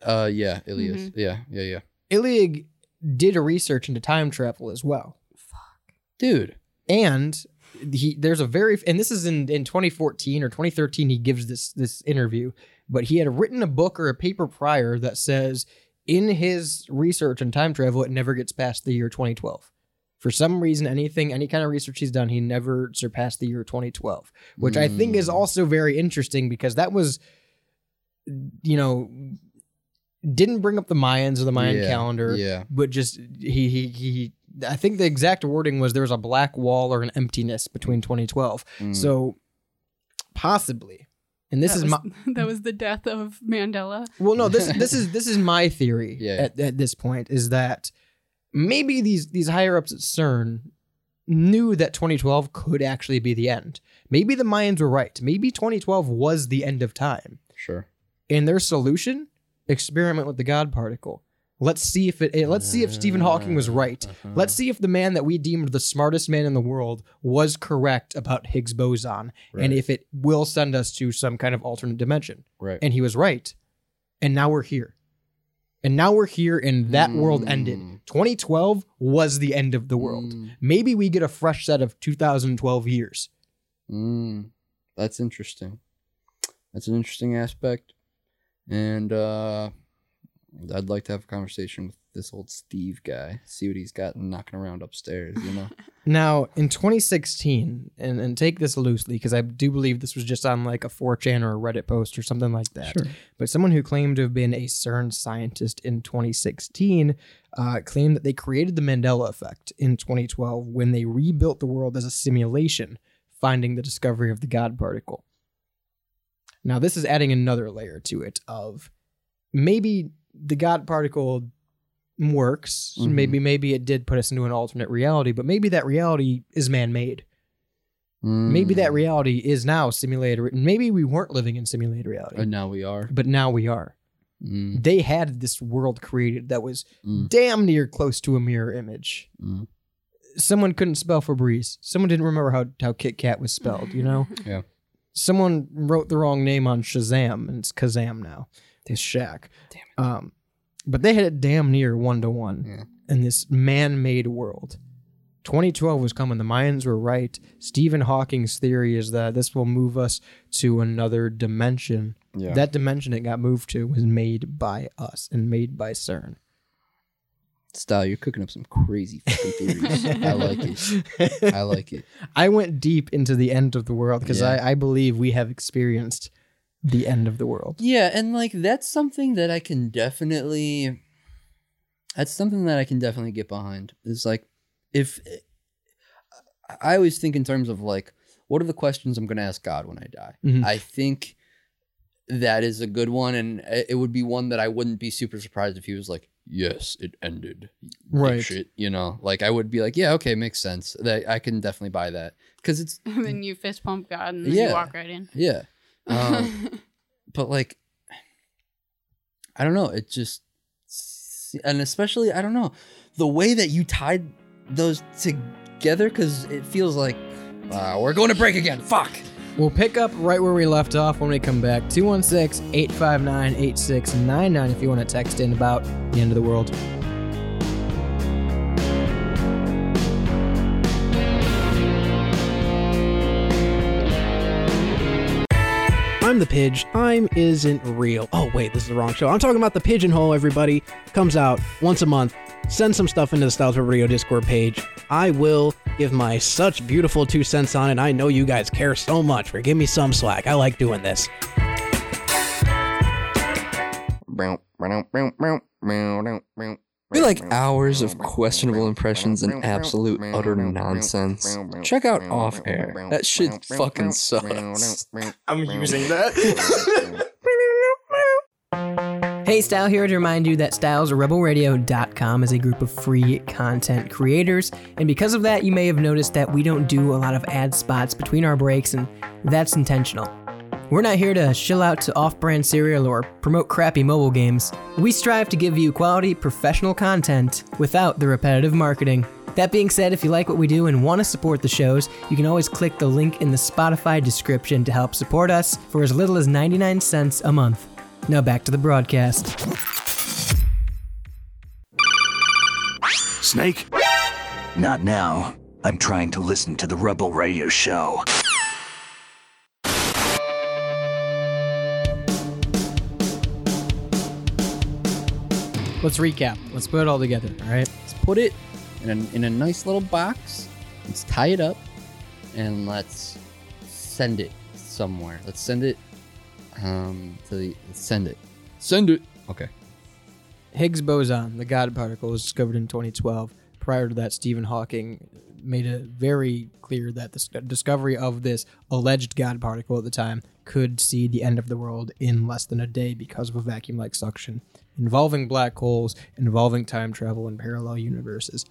Speaker 4: uh yeah Ilias yeah yeah yeah
Speaker 2: Iliag did a research into time travel as well,
Speaker 4: dude
Speaker 2: and he there's a very and this is in in 2014 or 2013 he gives this this interview, but he had written a book or a paper prior that says in his research on time travel it never gets past the year 2012. For some reason, anything, any kind of research he's done, he never surpassed the year 2012, which I think is
Speaker 4: Mm.
Speaker 2: also very interesting because that was, you know, didn't bring up the Mayans or the Mayan
Speaker 4: Yeah,
Speaker 2: calendar
Speaker 4: yeah
Speaker 2: but just he he he I think the exact wording was there was a black wall or an emptiness between 2012.
Speaker 4: Mm.
Speaker 2: So possibly. And this
Speaker 5: Hmm. That
Speaker 2: is
Speaker 5: was,
Speaker 2: my
Speaker 5: that was the death of Mandela.
Speaker 2: well no this this is this is my theory
Speaker 4: Yeah.
Speaker 2: at, at this point is that maybe these these higher ups at CERN knew that 2012 could actually be the end. Maybe the Mayans were right. Maybe 2012 was the end of time.
Speaker 4: sure
Speaker 2: And their solution experiment with the God particle. Let's see if it eh, let's see if Stephen Hawking was right.
Speaker 4: Uh-huh.
Speaker 2: Let's see if the man that we deemed the smartest man in the world was correct about Higgs boson
Speaker 4: Right,
Speaker 2: and if it will send us to some kind of alternate dimension.
Speaker 4: right
Speaker 2: And he was right. And now we're here. And now we're here and that world ended.
Speaker 4: Mm.
Speaker 2: 2012 was the end of the world.
Speaker 4: Mm.
Speaker 2: Maybe we get a fresh set of 2012 years.
Speaker 4: Mm. that's interesting that's an interesting aspect and uh I'd like to have a conversation with this old Steve guy. See what he's got knocking around upstairs, you know?
Speaker 2: Now, in 2016, and, and take this loosely because I do believe this was just on like a 4chan or a Reddit post or something like that. But someone who claimed to have been a CERN scientist in 2016 uh, claimed that they created the Mandela effect in 2012 when they rebuilt the world as a simulation, finding the discovery of the God particle. Now, this is adding another layer to it of maybe the God particle works.
Speaker 4: Mhm.
Speaker 2: Maybe maybe it did put us into an alternate reality, but maybe that reality is man-made. Maybe that
Speaker 4: Mm.
Speaker 2: reality is now simulated. re- Maybe we weren't living in simulated reality,
Speaker 4: And now we are.
Speaker 2: but now we are
Speaker 4: Mm,
Speaker 2: they had this world created that was
Speaker 4: Mm.
Speaker 2: damn near close to a mirror image.
Speaker 4: Mm.
Speaker 2: Someone couldn't spell Febreze. Someone didn't remember how, how Kit Kat was spelled, you know?
Speaker 4: Yeah.
Speaker 2: Someone wrote the wrong name on Shazam, and it's Kazam now. This Shaq.
Speaker 4: Damn
Speaker 2: it. Um, but they had it damn near one to
Speaker 4: Yeah.
Speaker 2: one in this man made world. 2012 was coming. The Mayans were right. Stephen Hawking's theory is that this will move us to another dimension.
Speaker 4: yeah.
Speaker 2: That dimension it got moved to was made by us and made by CERN.
Speaker 4: Style, you're cooking up some crazy fucking theories. I like it. I like it.
Speaker 2: I went deep into the end of the world because
Speaker 4: Yeah.
Speaker 2: I, I believe we have experienced the end of the world.
Speaker 4: Yeah, and like that's something that I can definitely that's something that I can definitely get behind. Is like if I always think in terms of like what are the questions I'm going to ask God when I die?
Speaker 2: Mhm.
Speaker 4: I think that is a good one and it it would be one that I wouldn't be super surprised if he was like yes, it ended.
Speaker 2: Right.
Speaker 4: Dipshit, you know. Like I would be like, yeah, okay, makes sense. That I can definitely buy that cuz it's
Speaker 5: And then you fist pump God and then
Speaker 4: Yeah.
Speaker 5: you walk right in.
Speaker 4: yeah. Um but like i don't know it just and especially i don't know the way that you tied "Ah, those together because it feels like uh, we're going to break again fuck
Speaker 2: We'll pick up right where we left off when we come back. 216 859 8699 if you want to text in about the end of the world.
Speaker 9: I'm the Pidge. Time isn't real. Oh, wait, this is the wrong show. I'm talking about the Pigeonhole, everybody. Comes out once a month. Send some stuff into the Styles of Radio Discord page. I will give my such beautiful two cents on it. I know you guys care so much, but give me some slack. I like doing this.
Speaker 4: Be like hours of questionable impressions and absolute utter nonsense. Check out off air. That shit fucking sucks.
Speaker 6: I'm using that.
Speaker 2: Hey, Style here to remind you that StylesRebelRadio.com is a group of free content creators. And because of that, you may have noticed that we don't do a lot of ad spots between our breaks, and that's intentional. We're not here to shill out to off brand cereal or promote crappy mobile games. We strive to give you quality, professional content without the repetitive marketing. That being said, if you like what we do and want to support the shows, you can always click the link in the Spotify description to help support us for as little as 99 cents a month. Now back to the broadcast.
Speaker 11: Snake? Not now. I'm trying to listen to the Rebel Radio Show.
Speaker 2: Let's recap. Let's put it all together, all right?
Speaker 4: Let's put it in a, in a nice little box. Let's tie it up and let's send it somewhere. Let's send it um to the let's send it. Send it. Okay.
Speaker 2: Higgs boson, the God particle, was discovered in 2012. Prior to that, Stephen Hawking made it very clear that the s- uh, discovery of this alleged God particle at the time could see the end of the world in less than a day because of a vacuum like suction involving black holes, involving time travel and parallel universes.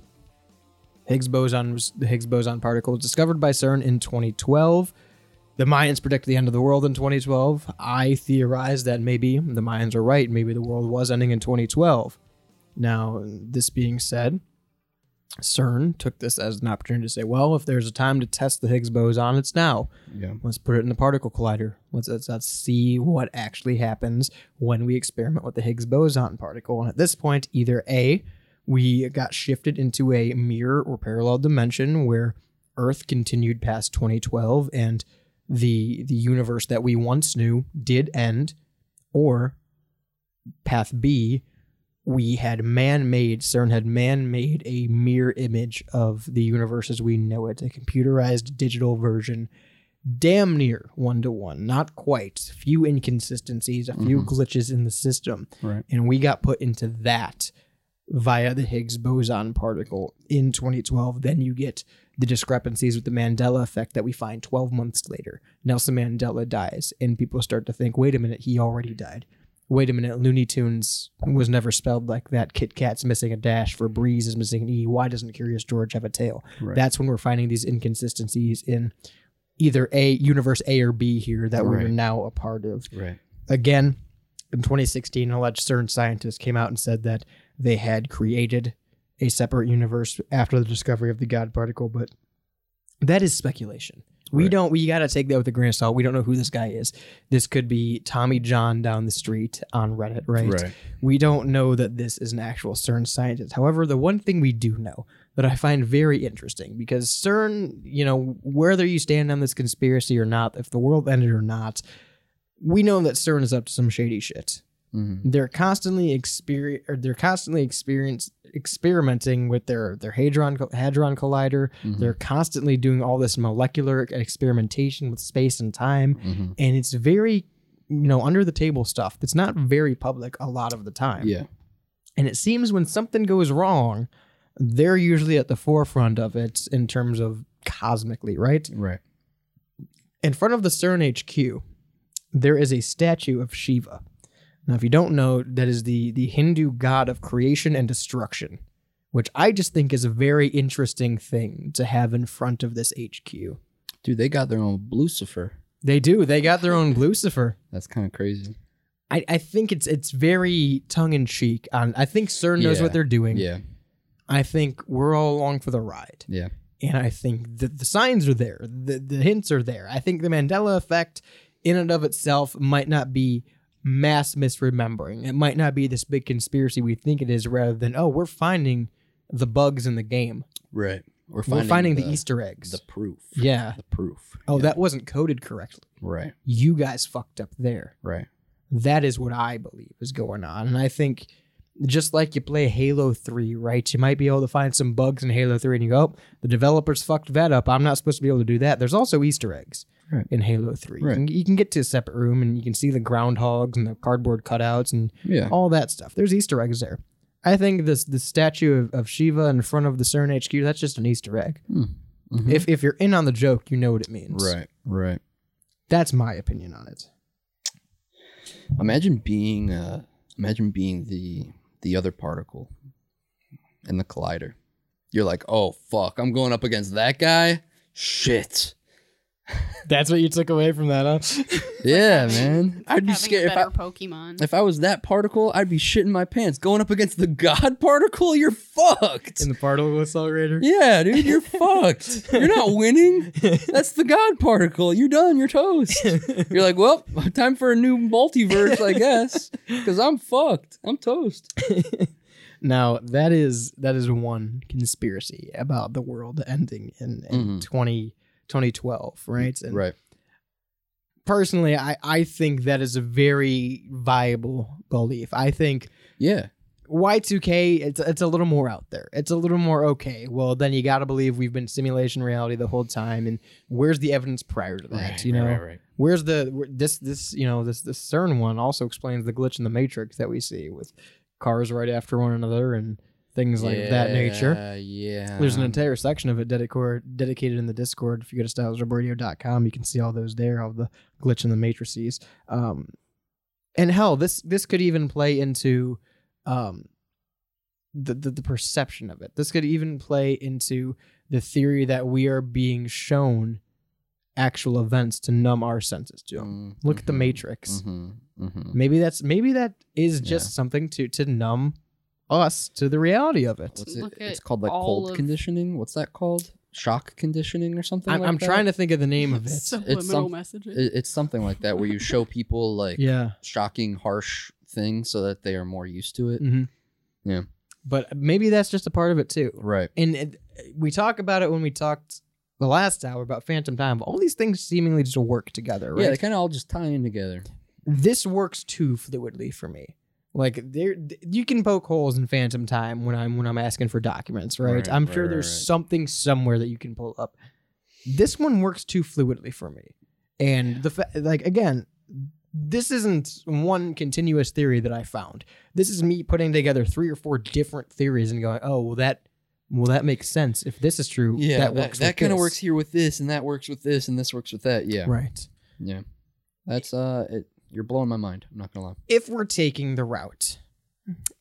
Speaker 2: Higgs boson was the Higgs boson particle was discovered by CERN in 2012. The Mayans predicted the end of the world in 2012. I theorized that maybe the Mayans are right. Maybe the world was ending in 2012. Now, this being said, CERN took this as an opportunity to say, well, if there's a time to test the Higgs boson, it's now.
Speaker 4: Yeah.
Speaker 2: Let's put it in the particle collider. Let's, let's, let's see what actually happens when we experiment with the Higgs boson particle. And at this point, either A, we got shifted into a mirror or parallel dimension where Earth continued past 2012 and the the universe that we once knew did end, or path B, we had man-made CERN had man-made a mirror image of the universe as we know it, a computerized digital version, damn near one to one, not quite, few inconsistencies, a few
Speaker 4: Mhm.
Speaker 2: glitches in the system,
Speaker 4: Right.
Speaker 2: and we got put into that via the Higgs boson particle in 2012. Then you get the discrepancies with the Mandela effect that we find 12 months later. Nelson Mandela dies, and people start to think, wait a minute, he already died. Wait a minute, Looney Tunes was never spelled like that. Kit Kat's missing a dash. Febreze is missing an E. Why doesn't Curious George have a tail?
Speaker 4: Right.
Speaker 2: That's when we're finding these inconsistencies in either A, universe A or B here that we're
Speaker 4: Right.
Speaker 2: now a part of
Speaker 4: Right.
Speaker 2: again in 2016 an alleged CERN scientist came out and said that they had created a separate universe after the discovery of the God particle, but that is speculation. We
Speaker 4: Right.
Speaker 2: don't. We gotta take that with a grain of salt. We don't know who this guy is. This could be Tommy John down the street on Reddit, right?
Speaker 10: Right.
Speaker 2: We don't know that this is an actual CERN scientist. However, the one thing we do know that I find very interesting because CERN, you know, whether you stand on this conspiracy or not, if the world ended or not, we know that CERN is up to some shady shit.
Speaker 4: Mhm.
Speaker 2: They're constantly exper- or they're constantly experience experimenting with their their hadron hadron collider.
Speaker 4: Mhm.
Speaker 2: They're constantly doing all this molecular experimentation with space and time,
Speaker 4: Mhm.
Speaker 2: and it's very you know under the table stuff that's not very public a lot of the time.
Speaker 4: Yeah.
Speaker 2: And it seems when something goes wrong, they're usually at the forefront of it in terms of cosmically, right?
Speaker 4: Right.
Speaker 2: in front of the CERN HQ, there is a statue of Shiva. Now, if you don't know, that is the, the Hindu god of creation and destruction, which I just think is a very interesting thing to have in front of this HQ.
Speaker 4: Dude, they got their own Lucifer.
Speaker 2: They do. They got their own Lucifer.
Speaker 4: That's kind of crazy.
Speaker 2: I, I think it's it's very tongue in cheek. On I think CERN knows
Speaker 4: Yeah.
Speaker 2: what they're doing.
Speaker 4: Yeah.
Speaker 2: I think we're all along for the ride.
Speaker 4: Yeah. and I think that the signs are there, the, the hints are there. I think the Mandela effect, in and of itself, might not be mass misremembering. It might not be this big conspiracy we think it is, rather than oh, we're finding the bugs in the game.
Speaker 6: Right. We're
Speaker 4: We're finding the Easter eggs.
Speaker 6: The proof.
Speaker 4: Yeah.
Speaker 6: The proof.
Speaker 4: Oh, that wasn't coded correctly.
Speaker 6: Right.
Speaker 4: You guys fucked up there.
Speaker 6: Right.
Speaker 4: That is what I believe is going on. And I think just like you play Halo 3, right? You might be able to find some bugs in Halo 3 and you go, oh, the developers fucked that up. I'm not supposed to be able to do that. There's also Easter eggs
Speaker 6: Right.
Speaker 4: in Halo 3. You,
Speaker 6: Right.
Speaker 4: can, you can get to a separate room and you can see the groundhogs and the cardboard cutouts and
Speaker 6: Yeah.
Speaker 4: all that stuff. There's Easter eggs there. I think this the statue of, of Shiva in front of the CERN HQ, that's just an Easter egg.
Speaker 6: Mhm.
Speaker 4: If if you're in on the joke, you know what it means.
Speaker 6: Right. Right.
Speaker 4: That's my opinion on it.
Speaker 6: Imagine being uh imagine being the the other particle in the collider. You're like, oh fuck, I'm going up against that guy. Shit.
Speaker 4: That's what you took away from that, huh?
Speaker 6: Yeah, man. I'd be
Speaker 5: Having
Speaker 6: scared if I,
Speaker 5: better Pokemon.
Speaker 6: if I was that particle, I'd be shitting my pants. Going up against the god particle, you're fucked.
Speaker 4: in the particle accelerator.
Speaker 6: Yeah, dude, you're fucked. You're not winning. That's the God particle. You're done. You're toast. You're like, well, time for a new multiverse, I guess, because I'm fucked. I'm toast.
Speaker 4: Now that is that is one conspiracy about the world ending in, in
Speaker 6: Mhm.
Speaker 4: 20, 2012, right?
Speaker 6: Mm,
Speaker 4: And personally, I, I think that is a very viable belief. I think
Speaker 6: Yeah.
Speaker 4: Y2K, it's it's a little more out there. It's a little more okay. Well, then you got to believe we've been simulation reality the whole time. And where's the evidence prior to that? you know, where's the where- this this you know this this CERN one also explains the glitch in the Matrix that we see with cars right after one another and things like that nature.
Speaker 6: Yeah.
Speaker 4: There's an entire section of it dedicated dedicated in the Discord. If you go to stylesradio.com, you can see all those there, all the glitch in the matrices. Um, and hell, this this could even play into um, the, the the perception of it. This could even play into the theory that we are being shown actual events to numb our senses to 'em.
Speaker 6: Mm,
Speaker 4: Look at the
Speaker 6: mhm,
Speaker 4: Matrix.
Speaker 6: mhm, mhm.
Speaker 4: Maybe that's maybe that is just
Speaker 6: Yeah.
Speaker 4: something to to numb us to the reality of it.
Speaker 6: What's it?
Speaker 5: Look
Speaker 6: It's
Speaker 5: at
Speaker 6: called like
Speaker 5: all
Speaker 6: cold
Speaker 5: of-
Speaker 6: conditioning. What's that called? Shock conditioning or something.
Speaker 4: I'm,
Speaker 6: like
Speaker 4: I'm
Speaker 6: that?
Speaker 4: trying to think of the name of it.
Speaker 5: Subliminal
Speaker 6: some-
Speaker 5: messages.
Speaker 6: It- It's something like that where you show people like
Speaker 4: yeah.
Speaker 6: shocking, harsh things so that they are more used to it.
Speaker 4: hmm
Speaker 6: Yeah.
Speaker 4: But maybe that's just a part of it too.
Speaker 6: Right.
Speaker 4: And it, we talk about it when we talked the last hour about Phantom Time. All these things seemingly just work together, right?
Speaker 6: Yeah, they kind of all just tie in together.
Speaker 4: this works too fluidly for me. Like there, th- you can poke holes in Phantom Time when I'm when I'm asking for documents, right?
Speaker 6: Right,
Speaker 4: I'm
Speaker 6: right,
Speaker 4: sure
Speaker 6: right,
Speaker 4: there's
Speaker 6: right.
Speaker 4: something somewhere that you can pull up. This one works too fluidly for me, and the fa- like again, this isn't one continuous theory that I found. This is me putting together three or four different theories and going, oh, well that, well that makes sense if this is true.
Speaker 6: Yeah,
Speaker 4: that
Speaker 6: that,
Speaker 4: works. with
Speaker 6: kind of
Speaker 4: this."
Speaker 6: works here with this, and that works with this, and this works with that. Yeah,
Speaker 4: right?
Speaker 6: yeah. That's uh, it, you're blowing my mind. I'm not gonna lie.
Speaker 4: if we're taking the route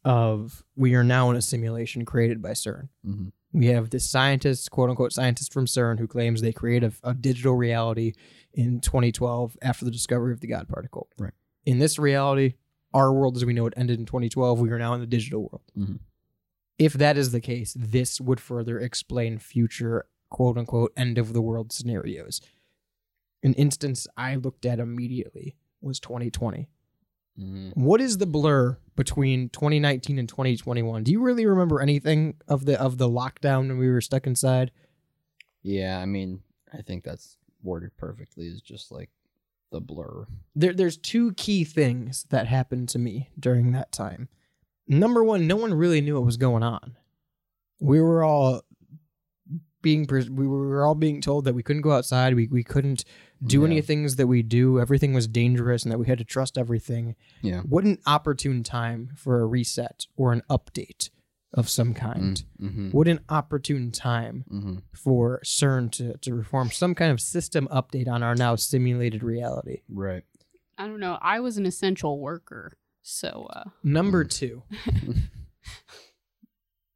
Speaker 4: of we are now in a simulation created by CERN,
Speaker 6: Mhm.
Speaker 4: we have this scientist, quote unquote scientist from CERN, who claims they create a, a digital reality in 2012 after the discovery of the God particle.
Speaker 6: Right.
Speaker 4: In this reality, our world as we know it ended in 2012. We are now in the digital world.
Speaker 6: Mhm.
Speaker 4: If that is the case, this would further explain future quote unquote end of the world scenarios. An instance I looked at immediately was 2020.
Speaker 6: Mm.
Speaker 4: What is the blur between 2019 and 2021? Do you really remember anything of the of the lockdown when we were stuck inside?
Speaker 6: Yeah, I mean, I think that's worded perfectly. Is just like the blur.
Speaker 4: There, there's two key things that happened to me during that time. Number one, no one really knew what was going on. We were all being pres- we were all being told that we couldn't go outside, we we couldn't do any
Speaker 6: Yeah.
Speaker 4: things that we do. Everything was dangerous, and that we had to trust everything.
Speaker 6: Yeah.
Speaker 4: What an opportune time for a reset or an update of some kind.
Speaker 6: Mm-hmm.
Speaker 4: What an opportune time
Speaker 6: Mm-hmm.
Speaker 4: for CERN to, to perform some kind of system update on our now simulated reality.
Speaker 6: Right.
Speaker 5: I don't know. I was an essential worker, so uh,
Speaker 4: Number two,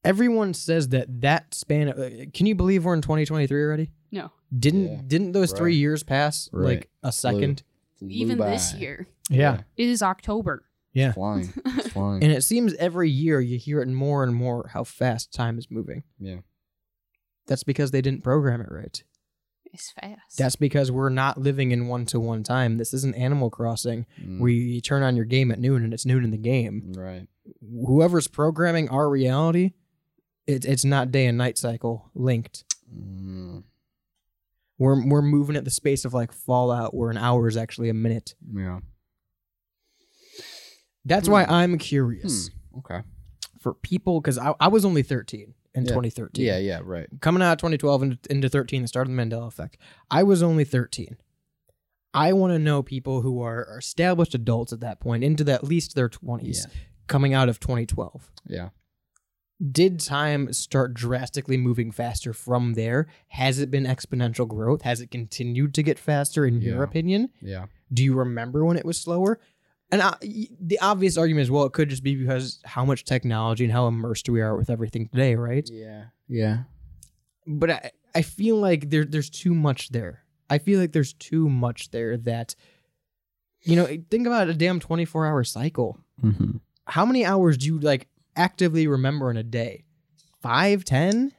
Speaker 4: everyone says that that span. Of, uh, can you believe we're in 2023 already?
Speaker 5: no.
Speaker 4: Didn't
Speaker 6: Yeah.
Speaker 4: didn't those three
Speaker 6: Right.
Speaker 4: years pass
Speaker 6: Right.
Speaker 4: like a second?
Speaker 6: Flew
Speaker 5: Even this
Speaker 6: by.
Speaker 5: year,
Speaker 4: Yeah.
Speaker 5: it is October.
Speaker 4: Yeah.
Speaker 6: Flying. It's flying.
Speaker 4: And it seems every year you hear it more and more how fast time is moving.
Speaker 6: Yeah.
Speaker 2: That's because they didn't program it right.
Speaker 5: It's fast.
Speaker 2: That's because we're not living in one to one time. This isn't Animal Crossing
Speaker 6: Hmm. Mm-hmm.
Speaker 4: Mm,
Speaker 2: where you turn on your game at noon and it's noon in the game.
Speaker 4: right.
Speaker 2: Whoever's programming our reality, it, it's not day and night cycle linked.
Speaker 4: Mm,
Speaker 2: We're, we're moving at the space of like Fallout where an hour is actually a minute.
Speaker 4: yeah.
Speaker 2: That's why I'm curious
Speaker 4: Hmm, Okay.
Speaker 2: for people because I, I was only 13 in
Speaker 4: Yeah.
Speaker 2: 2013.
Speaker 4: Yeah. Yeah. Right.
Speaker 2: coming out of 2012 and into 13 and started the Mandela effect. I was only 13. I want to know people who are established adults at that point, into the, at least their 20s, coming out of 2012.
Speaker 4: Yeah.
Speaker 2: Did time start drastically moving faster from there? Has it been exponential growth? Has it continued to get faster, in your
Speaker 4: Yeah.
Speaker 2: opinion?
Speaker 4: Yeah.
Speaker 2: Do you remember when it was slower? And I, y- the obvious argument is well, it could just be because how much technology and how immersed we are with everything today, right?
Speaker 4: Yeah. Yeah.
Speaker 2: but I, I feel like there there's too much there. I feel like there's too much there that you know, think about a damn 24-hour cycle.
Speaker 4: Mm-hmm.
Speaker 2: How many hours do you like actively remember in a day? Five, ten?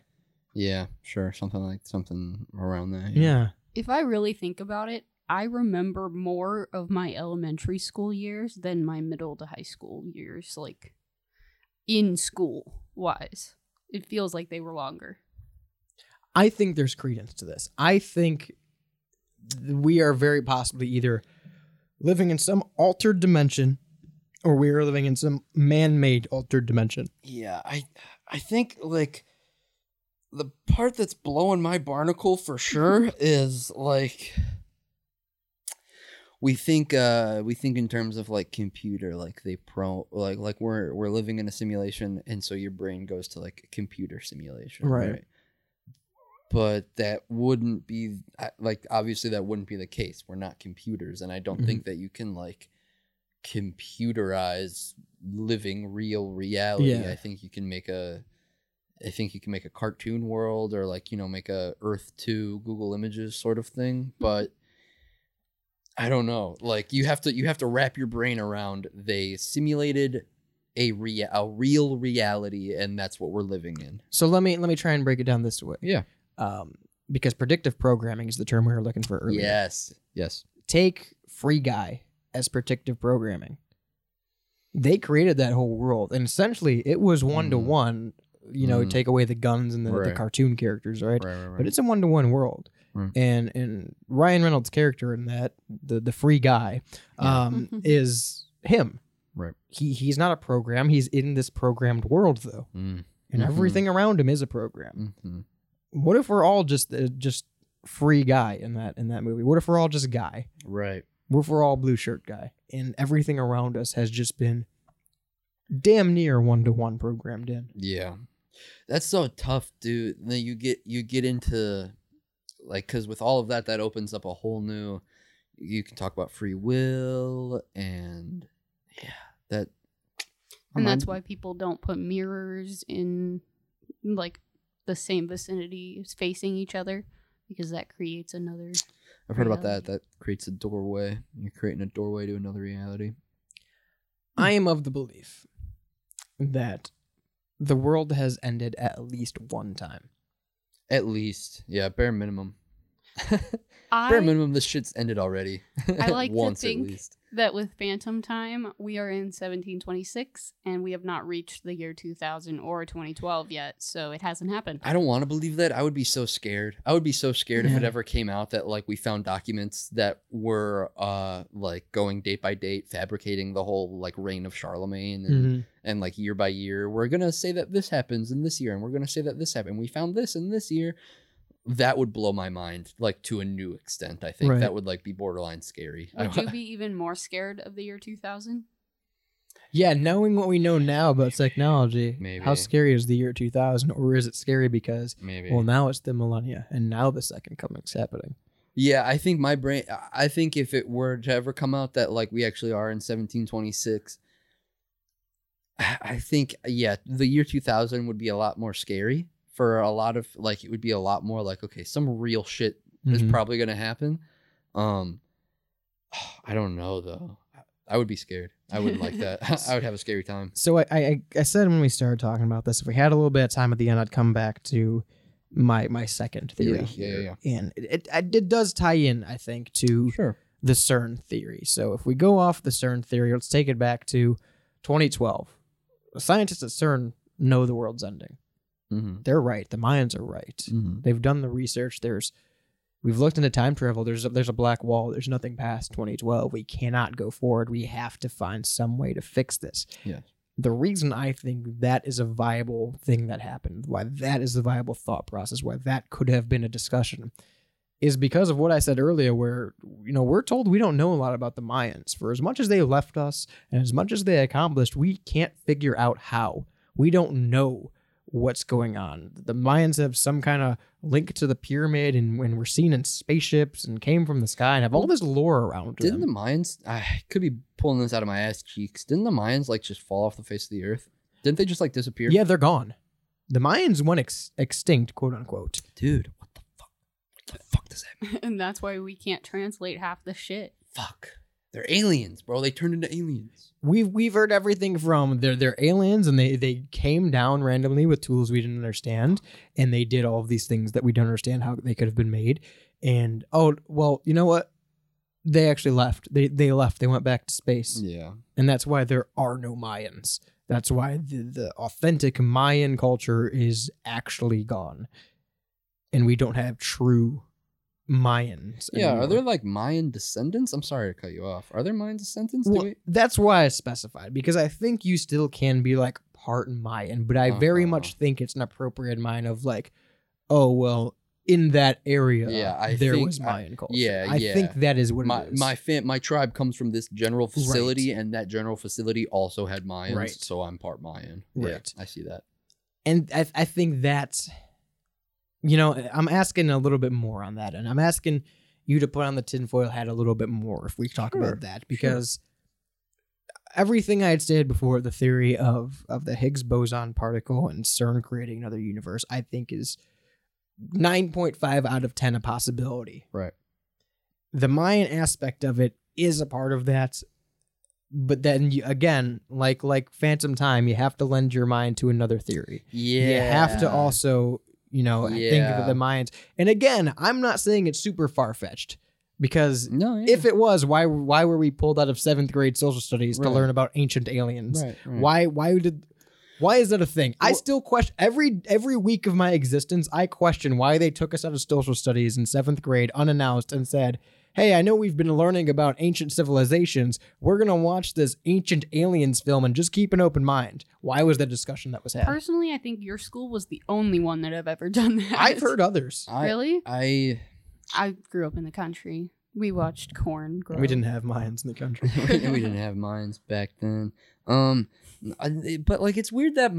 Speaker 4: Yeah. Sure. Something like something around that.
Speaker 5: If I really think about it, I remember more of my elementary school years than my middle to high school years, like in school wise. It feels like they were longer.
Speaker 2: I think there's credence to this. I think th- we are very possibly either living in some altered dimension or we are living in some man-made altered dimension.
Speaker 4: Yeah, I I think like the part that's blowing my barnacle for sure is like we think uh we think in terms of like computer like they pro like like we're we're living in a simulation and so your brain goes to like a computer simulation
Speaker 2: Right.
Speaker 4: but that wouldn't be I- like obviously that wouldn't be the case we're not computers and i don't
Speaker 2: Mhm.
Speaker 4: think that you can like computerize living real reality.
Speaker 2: Yeah.
Speaker 4: I think you can make a I think you can make a cartoon world or like, you know, make a Earth 2 Google Images sort of thing, but I don't know. Like you have to you have to wrap your brain around they simulated a real a real reality and that's what we're living in.
Speaker 2: So let me let me try and break it down this way.
Speaker 4: Yeah.
Speaker 2: Um because predictive programming is the term we were looking for earlier.
Speaker 4: Yes. Yes.
Speaker 2: take Free Guy as predictive programming. They created that whole world, and essentially it was one to one. You know,
Speaker 4: Mhm.
Speaker 2: take away the guns and the, the
Speaker 4: Right.
Speaker 2: cartoon characters, right?
Speaker 4: Right, right, right. Hmm.
Speaker 2: But it's a one to one world,
Speaker 4: Right.
Speaker 2: and and Ryan Reynolds' character in that the the Free Guy, um,
Speaker 4: Mm-hmm.
Speaker 5: Mhm.
Speaker 2: is him.
Speaker 4: Right.
Speaker 2: He he's not a program. He's in this programmed world though,
Speaker 4: mm.
Speaker 2: and
Speaker 4: Mhm.
Speaker 2: everything around him is a program
Speaker 4: Mhm.
Speaker 2: what if we're all just uh, just free guy in that in that movie? What if we're all just guy?
Speaker 4: Right.
Speaker 2: What if we're all blue shirt guy? And everything around us has just been damn near one to one programmed in.
Speaker 4: Yeah, that's so tough, dude. Then you get you get into like because with all of that, that opens up a whole new. You can talk about free will and yeah, that.
Speaker 5: And that's
Speaker 4: I'm-
Speaker 5: why people don't put mirrors in like the same vicinity as facing each other because that creates another
Speaker 4: I've heard about that.
Speaker 5: reality.
Speaker 4: That creates a doorway. You're creating a doorway to another reality.
Speaker 2: I am of the belief that the world has ended at least one time.
Speaker 4: At least, yeah, bare minimum. bare
Speaker 5: I,
Speaker 4: minimum, this shit's ended already.
Speaker 5: I like to
Speaker 4: once
Speaker 5: think-
Speaker 4: at least.
Speaker 5: that with phantom time we are in 1726 and we have not reached the year 2000 or 2012 yet so it hasn't happened
Speaker 4: I don't want to believe that. I would be so scared. I would be so scared if it
Speaker 2: Yeah.
Speaker 4: ever came out that like we found documents that were uh like going date by date, fabricating the whole like reign of Charlemagne and,
Speaker 2: Mm-hmm.
Speaker 4: and like year by year. We're gonna say that this happens in this year, and we're gonna say that this happened. We found this in this year. That would blow my mind, like to a new extent. I think
Speaker 2: Right.
Speaker 4: that would like be borderline scary. I
Speaker 5: would
Speaker 4: don't-
Speaker 5: you be even more scared of the year 2000
Speaker 2: Yeah, knowing what we know now about technology,
Speaker 4: Maybe.
Speaker 2: how scary is the year 2000? Or is it scary because,
Speaker 4: Maybe.
Speaker 2: well, now it's the millennia and now the second coming's happening?
Speaker 4: Yeah, I think my brain. I- I think if it were to ever come out that like we actually are in 1726, I I think yeah, the year 2000 would be a lot more scary for a lot of like it would be a lot more like okay, some real shit is
Speaker 6: Mm-hmm.
Speaker 2: Mhm.
Speaker 4: probably gonna happen. Um, I don't know though. I would be scared. I wouldn't like that. I would have a scary time.
Speaker 2: so I, I I said when we started talking about this, if we had a little bit of time at the end, I'd come back to
Speaker 6: my my second theory
Speaker 4: Yeah, yeah,
Speaker 6: here.
Speaker 4: yeah,
Speaker 6: And it, it it does tie in, I think, to
Speaker 4: Sure.
Speaker 6: the CERN theory. So if we go off the CERN theory, let's take it back to 2012. The scientists at CERN know the world's ending.
Speaker 4: Mm-hmm.
Speaker 6: They're right. The Mayans are right.
Speaker 4: Mhm.
Speaker 6: They've done the research. There's we've looked into time travel. There's a, there's a black wall. There's nothing past 2012. We cannot go forward. We have to find some way to fix this.
Speaker 4: Yes.
Speaker 6: The reason I think that is a viable thing that happened, why that is a viable thought process, why that could have been a discussion, is because of what I said earlier, where you know we're told we don't know a lot about the Mayans. For as much as they left us and as much as they accomplished, we can't figure out how. We don't know what's going on. The Mayans have some kind of link to the pyramid, and when we're seen in spaceships and came from the sky and have all this lore around
Speaker 4: Didn't the
Speaker 6: them.
Speaker 4: Mayans? I could be pulling this out of my ass cheeks. Didn't the Mayans like just fall off the face of the earth? Didn't they just like disappear?
Speaker 6: yeah, they're gone. The Mayans went ex- extinct, quote unquote.
Speaker 4: dude. What the fuck? What the fuck does that mean?
Speaker 5: and that's why we can't translate half the shit.
Speaker 4: Fuck. They're aliens, bro. They turned into aliens.
Speaker 6: We've we've heard everything from they're they're aliens and they they came down randomly with tools we didn't understand and they did all of these things that we don't understand how they could have been made and oh well you know what they actually left they they left they went back to space
Speaker 4: Yeah.
Speaker 6: and that's why there are no Mayans. That's why the, the authentic Mayan culture is actually gone, and we don't have true Mayans.
Speaker 4: Yeah. Are
Speaker 6: anymore.
Speaker 4: there like Mayan descendants? I'm sorry to cut you off. Are there Mayan descendants? Do
Speaker 6: Well,
Speaker 4: we-
Speaker 6: that's why I specified because I think you still can be like part Mayan, but I very
Speaker 4: Uh-huh.
Speaker 6: much think it's an appropriate Mayan of like, oh well, in that area,
Speaker 4: Yeah, I
Speaker 6: there
Speaker 4: think-
Speaker 6: was
Speaker 4: I-
Speaker 6: Mayan culture.
Speaker 4: yeah,
Speaker 6: I
Speaker 4: yeah.
Speaker 6: think that is what
Speaker 4: my
Speaker 6: it is.
Speaker 4: my fam- my tribe comes from this general facility, and that general facility also had Mayans,
Speaker 6: Right.
Speaker 4: so I'm part Mayan.
Speaker 6: Right.
Speaker 4: Yeah, I see that.
Speaker 6: and I, I think that's you know i'm asking a little bit more on that and i'm asking you to put on the tinfoil hat a little bit more if we talk
Speaker 4: Sure,
Speaker 6: about that because everything i had said before the theory of of the higgs boson particle and cern creating another universe i think is 9.5 out of 10 a possibility
Speaker 4: Right.
Speaker 6: the mayan aspect of it is a part of that but then you, again like like phantom time you have to lend your mind to another theory
Speaker 4: Yeah.
Speaker 6: you have to also you know think
Speaker 4: Yeah.
Speaker 6: of the mayans and again i'm not saying it's super far-fetched because
Speaker 4: No. yeah.
Speaker 6: if it was why why were we pulled out of seventh grade social studies to
Speaker 4: Right.
Speaker 6: learn about ancient aliens
Speaker 4: Right, right.
Speaker 6: why why did why is that a thing i
Speaker 4: Well-
Speaker 6: still question every every week of my existence i question why they took us out of social studies in seventh grade unannounced and said hey i know we've been learning about ancient civilizations we're gonna watch this ancient aliens film and just keep an open mind why was that discussion that was had
Speaker 5: Personally, I think your school was the only one that I've ever done that.
Speaker 6: I've heard others.
Speaker 4: I,
Speaker 5: really?
Speaker 4: I
Speaker 5: I grew up in the country. We watched corn grow.
Speaker 6: We didn't have Mayans in the country.
Speaker 4: we didn't have mines back then. Um, I- but like it's weird that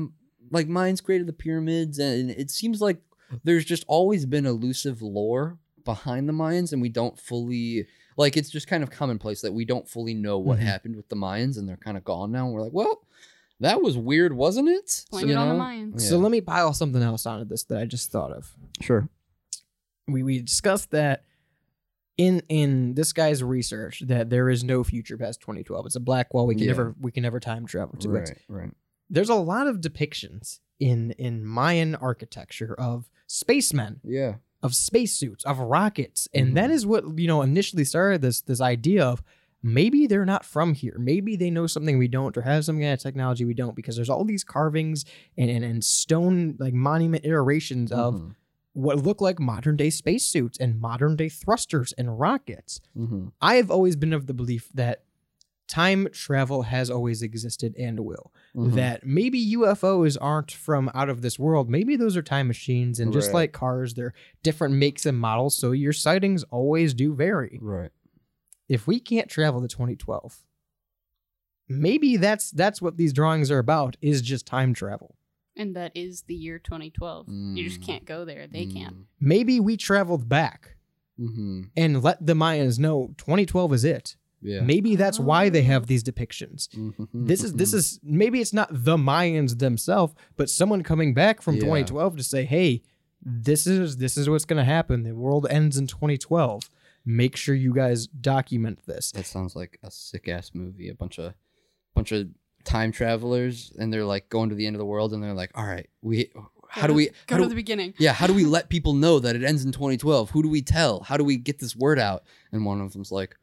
Speaker 4: like mines created the pyramids, and it seems like there's just always been elusive lore behind the Mayans, and we don't fully like it's just kind of commonplace that we don't fully know what
Speaker 5: Mm-hmm.
Speaker 6: Mhm.
Speaker 4: happened with the Mayans, and they're kind of gone now. And we're like, well, that was weird, wasn't it?
Speaker 5: Blame
Speaker 4: You
Speaker 5: it on the
Speaker 4: know?
Speaker 5: Mayans.
Speaker 6: So let me pile something else onto this that I just thought of.
Speaker 4: sure.
Speaker 6: We we discussed that in in this guy's research that there is no future past 2012. It's a black wall. We can
Speaker 4: Yeah.
Speaker 6: never we can never time travel to it.
Speaker 4: Right, right.
Speaker 6: There's a lot of depictions in in Mayan architecture of spacemen,
Speaker 4: Yeah.
Speaker 6: of spacesuits, of rockets, and
Speaker 4: Mhm.
Speaker 6: that is what you know initially started this this idea of maybe they're not from here. Maybe they know something we don't or have some kind of technology we don't because there's all these carvings and and, and stone like monument iterations of
Speaker 4: Mhm,
Speaker 6: what look like modern day spacesuits and modern day thrusters and rockets.
Speaker 4: mhm.
Speaker 6: I have always been of the belief that time travel has always existed and will.
Speaker 4: Mhm.
Speaker 6: That maybe UFOs aren't from out of this world. Maybe those are time machines and just
Speaker 4: Right.
Speaker 6: like cars, they're different makes and models, so your sightings always do vary
Speaker 4: right.
Speaker 6: if we can't travel to 2012 maybe that's that's what these drawings are about is just time travel
Speaker 5: and that is the year 2012. You just
Speaker 4: Mm.
Speaker 5: can't go there. They can't.
Speaker 6: maybe we traveled back
Speaker 4: Mm-hmm.
Speaker 6: and let the mayans know 2012 is it
Speaker 4: Yeah.
Speaker 6: maybe that's why they have these depictions
Speaker 4: Mhm,
Speaker 6: this is this
Speaker 4: mhm.
Speaker 6: is maybe it's not the mayans themselves but someone coming back from
Speaker 4: Yeah.
Speaker 6: 2012 to say hey this is this is what's going to happen the world ends in 2012 make sure you guys document this
Speaker 4: That sounds like a sick ass movie. A bunch of bunch of time travelers and they're like going to the end of the world and they're like, "All right, we how do we
Speaker 5: go
Speaker 4: how
Speaker 5: to
Speaker 4: do-
Speaker 5: the beginning?
Speaker 4: Yeah, how do we let people know that it ends in 2012? Who do we tell? How do we get this word out? And one of them's like,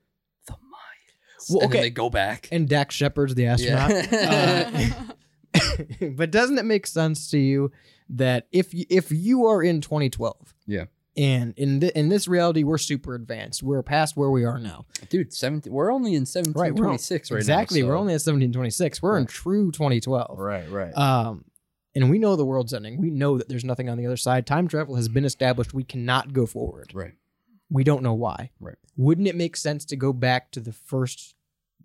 Speaker 4: the Mayans.
Speaker 6: Well,
Speaker 4: And then
Speaker 6: okay.
Speaker 4: they go back.
Speaker 6: and uh, Dax Shepard's the astronaut. Uh, but doesn't it make sense to you that if you, if you are in 2012
Speaker 4: Yeah.
Speaker 6: and in thi- in this reality we're super advanced, we're past where we are now.
Speaker 4: Dude, 17, we're only in 1726 right, now.
Speaker 6: exactly. We're
Speaker 4: so-
Speaker 6: only at 1726. We're in true 2012.
Speaker 4: Right, right.
Speaker 6: Um, and we know the world's ending. We know that there's nothing on the other side. Time travel has been established. We cannot go forward.
Speaker 4: Uh, Right.
Speaker 6: We don't know why.
Speaker 4: Right.
Speaker 6: Wouldn't it make sense to go back to the first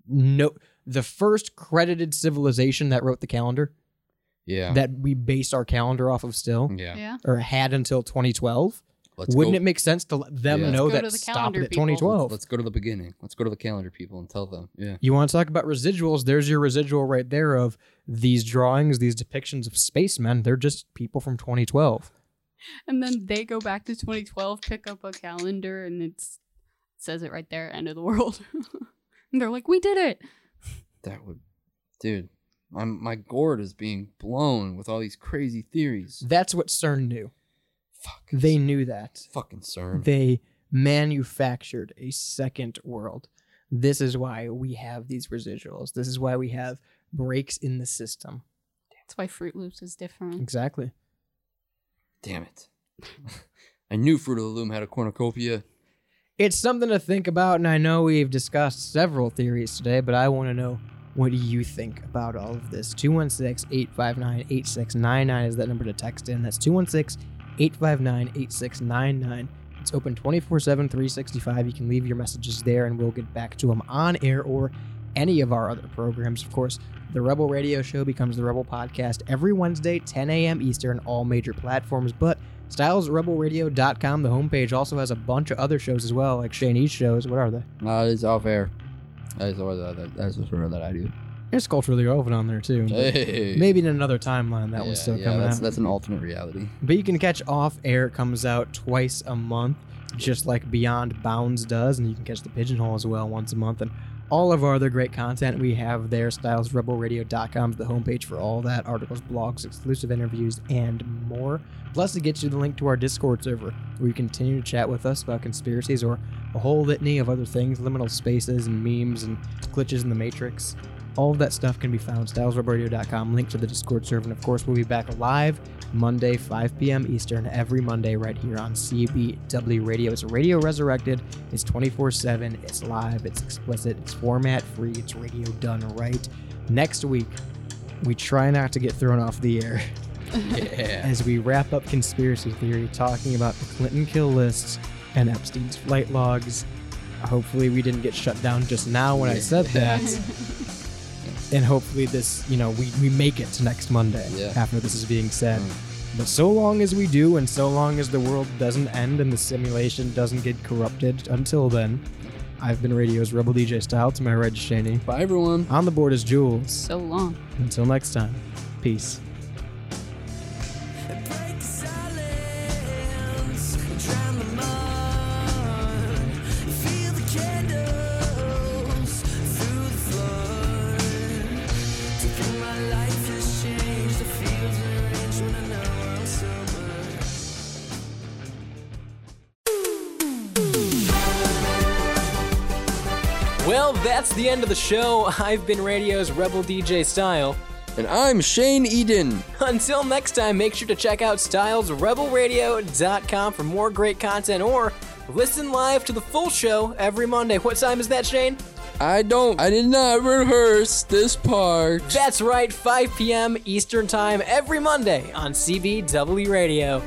Speaker 6: no the first credited civilization that wrote the calendar
Speaker 4: yeah.
Speaker 6: that we base our calendar off of still?
Speaker 4: yeah.
Speaker 5: Yeah.
Speaker 6: Or had until 2012?
Speaker 4: Let's
Speaker 6: Wouldn't
Speaker 4: go-
Speaker 6: it make sense to let them
Speaker 4: Yeah. Let's
Speaker 6: know
Speaker 5: go to
Speaker 6: that
Speaker 5: the
Speaker 6: stopped
Speaker 5: calendar,
Speaker 6: at
Speaker 5: people.
Speaker 6: 2012?
Speaker 4: Let's go to the beginning. Let's go to the calendar people and tell them. Yeah.
Speaker 6: You want to talk about residuals? There's your residual right there of these drawings, these depictions of spacemen. They're just people from 2012.
Speaker 5: And then they go back to 2012, pick up a calendar, and it's it says it right there, end of the world. and they're like, we did it.
Speaker 4: That would, dude, my, my gourd is being blown with all these crazy theories.
Speaker 6: That's what CERN knew. Fuck. They knew that.
Speaker 4: Fucking CERN.
Speaker 6: They manufactured a second world. This is why we have these residuals. This is why we have breaks in the system.
Speaker 5: That's why Fruit Loops is different.
Speaker 6: Exactly.
Speaker 4: Damn it. I knew Fruit of the Loom had a cornucopia.
Speaker 6: It's something to think about, and I know we've discussed several theories today, but I want to know what do you think about all of this? 216 859 8699 is that number to text in. That's 216 859 8699. It's open 24 7, 365. You can leave your messages there, and we'll get back to them on air or any of our other programs. Of course, the Rebel Radio Show becomes the Rebel Podcast every Wednesday, 10 a.m. Eastern, all major platforms. But StylesRebelRadio.com, the homepage, also has a bunch of other shows as well, like Shane East shows. What are they?
Speaker 4: Nah, it's off air. That is what that, that's the sort that I do.
Speaker 6: There's culturally relevant on there too. but
Speaker 4: Hey.
Speaker 6: Maybe in another timeline that was still coming
Speaker 4: that's,
Speaker 6: out.
Speaker 4: that's an alternate reality.
Speaker 6: But you can catch Off Air. It comes out twice a month, just like Beyond Bounds does. And you can catch The Pigeonhole as well once a month. And all of our other great content we have there. StylesRebelRadio.com is the homepage for all that articles, blogs, exclusive interviews, and more. Plus, it gets you the link to our Discord server where you continue to chat with us about conspiracies or a whole litany of other things, liminal spaces and memes and glitches in the Matrix. All of that stuff can be found at styleswebradio.com. Link to the Discord server. And of course, we'll be back live Monday, 5 p.m. Eastern, every Monday right here on CBW Radio. It's Radio Resurrected. It's 24 7. It's live. It's explicit. It's format free. It's radio done right. Next week, we try not to get thrown off the air
Speaker 4: Yeah.
Speaker 6: as we wrap up conspiracy theory talking about the Clinton kill lists and Epstein's flight logs. Hopefully, we didn't get shut down just now when I said that. and hopefully, this, you know, we, we make it to next Monday
Speaker 4: Yeah.
Speaker 6: after this is being said. But so long as we do, and so long as the world doesn't end and the simulation doesn't get corrupted, until then, I've been Radio's Rebel DJ Style to my right, Shaney.
Speaker 4: Bye, everyone.
Speaker 6: On the board is Jules.
Speaker 5: So long.
Speaker 6: Until next time, peace.
Speaker 2: Well, that's the end of the show. I've been Radio's Rebel DJ Style.
Speaker 4: And I'm Shane Eden.
Speaker 2: Until next time, make sure to check out stylesrebelradio.com for more great content or listen live to the full show every Monday. What time is that, Shane?
Speaker 4: I don't, I did not rehearse this part.
Speaker 2: That's right, 5 p.m. Eastern Time every Monday on CBW Radio.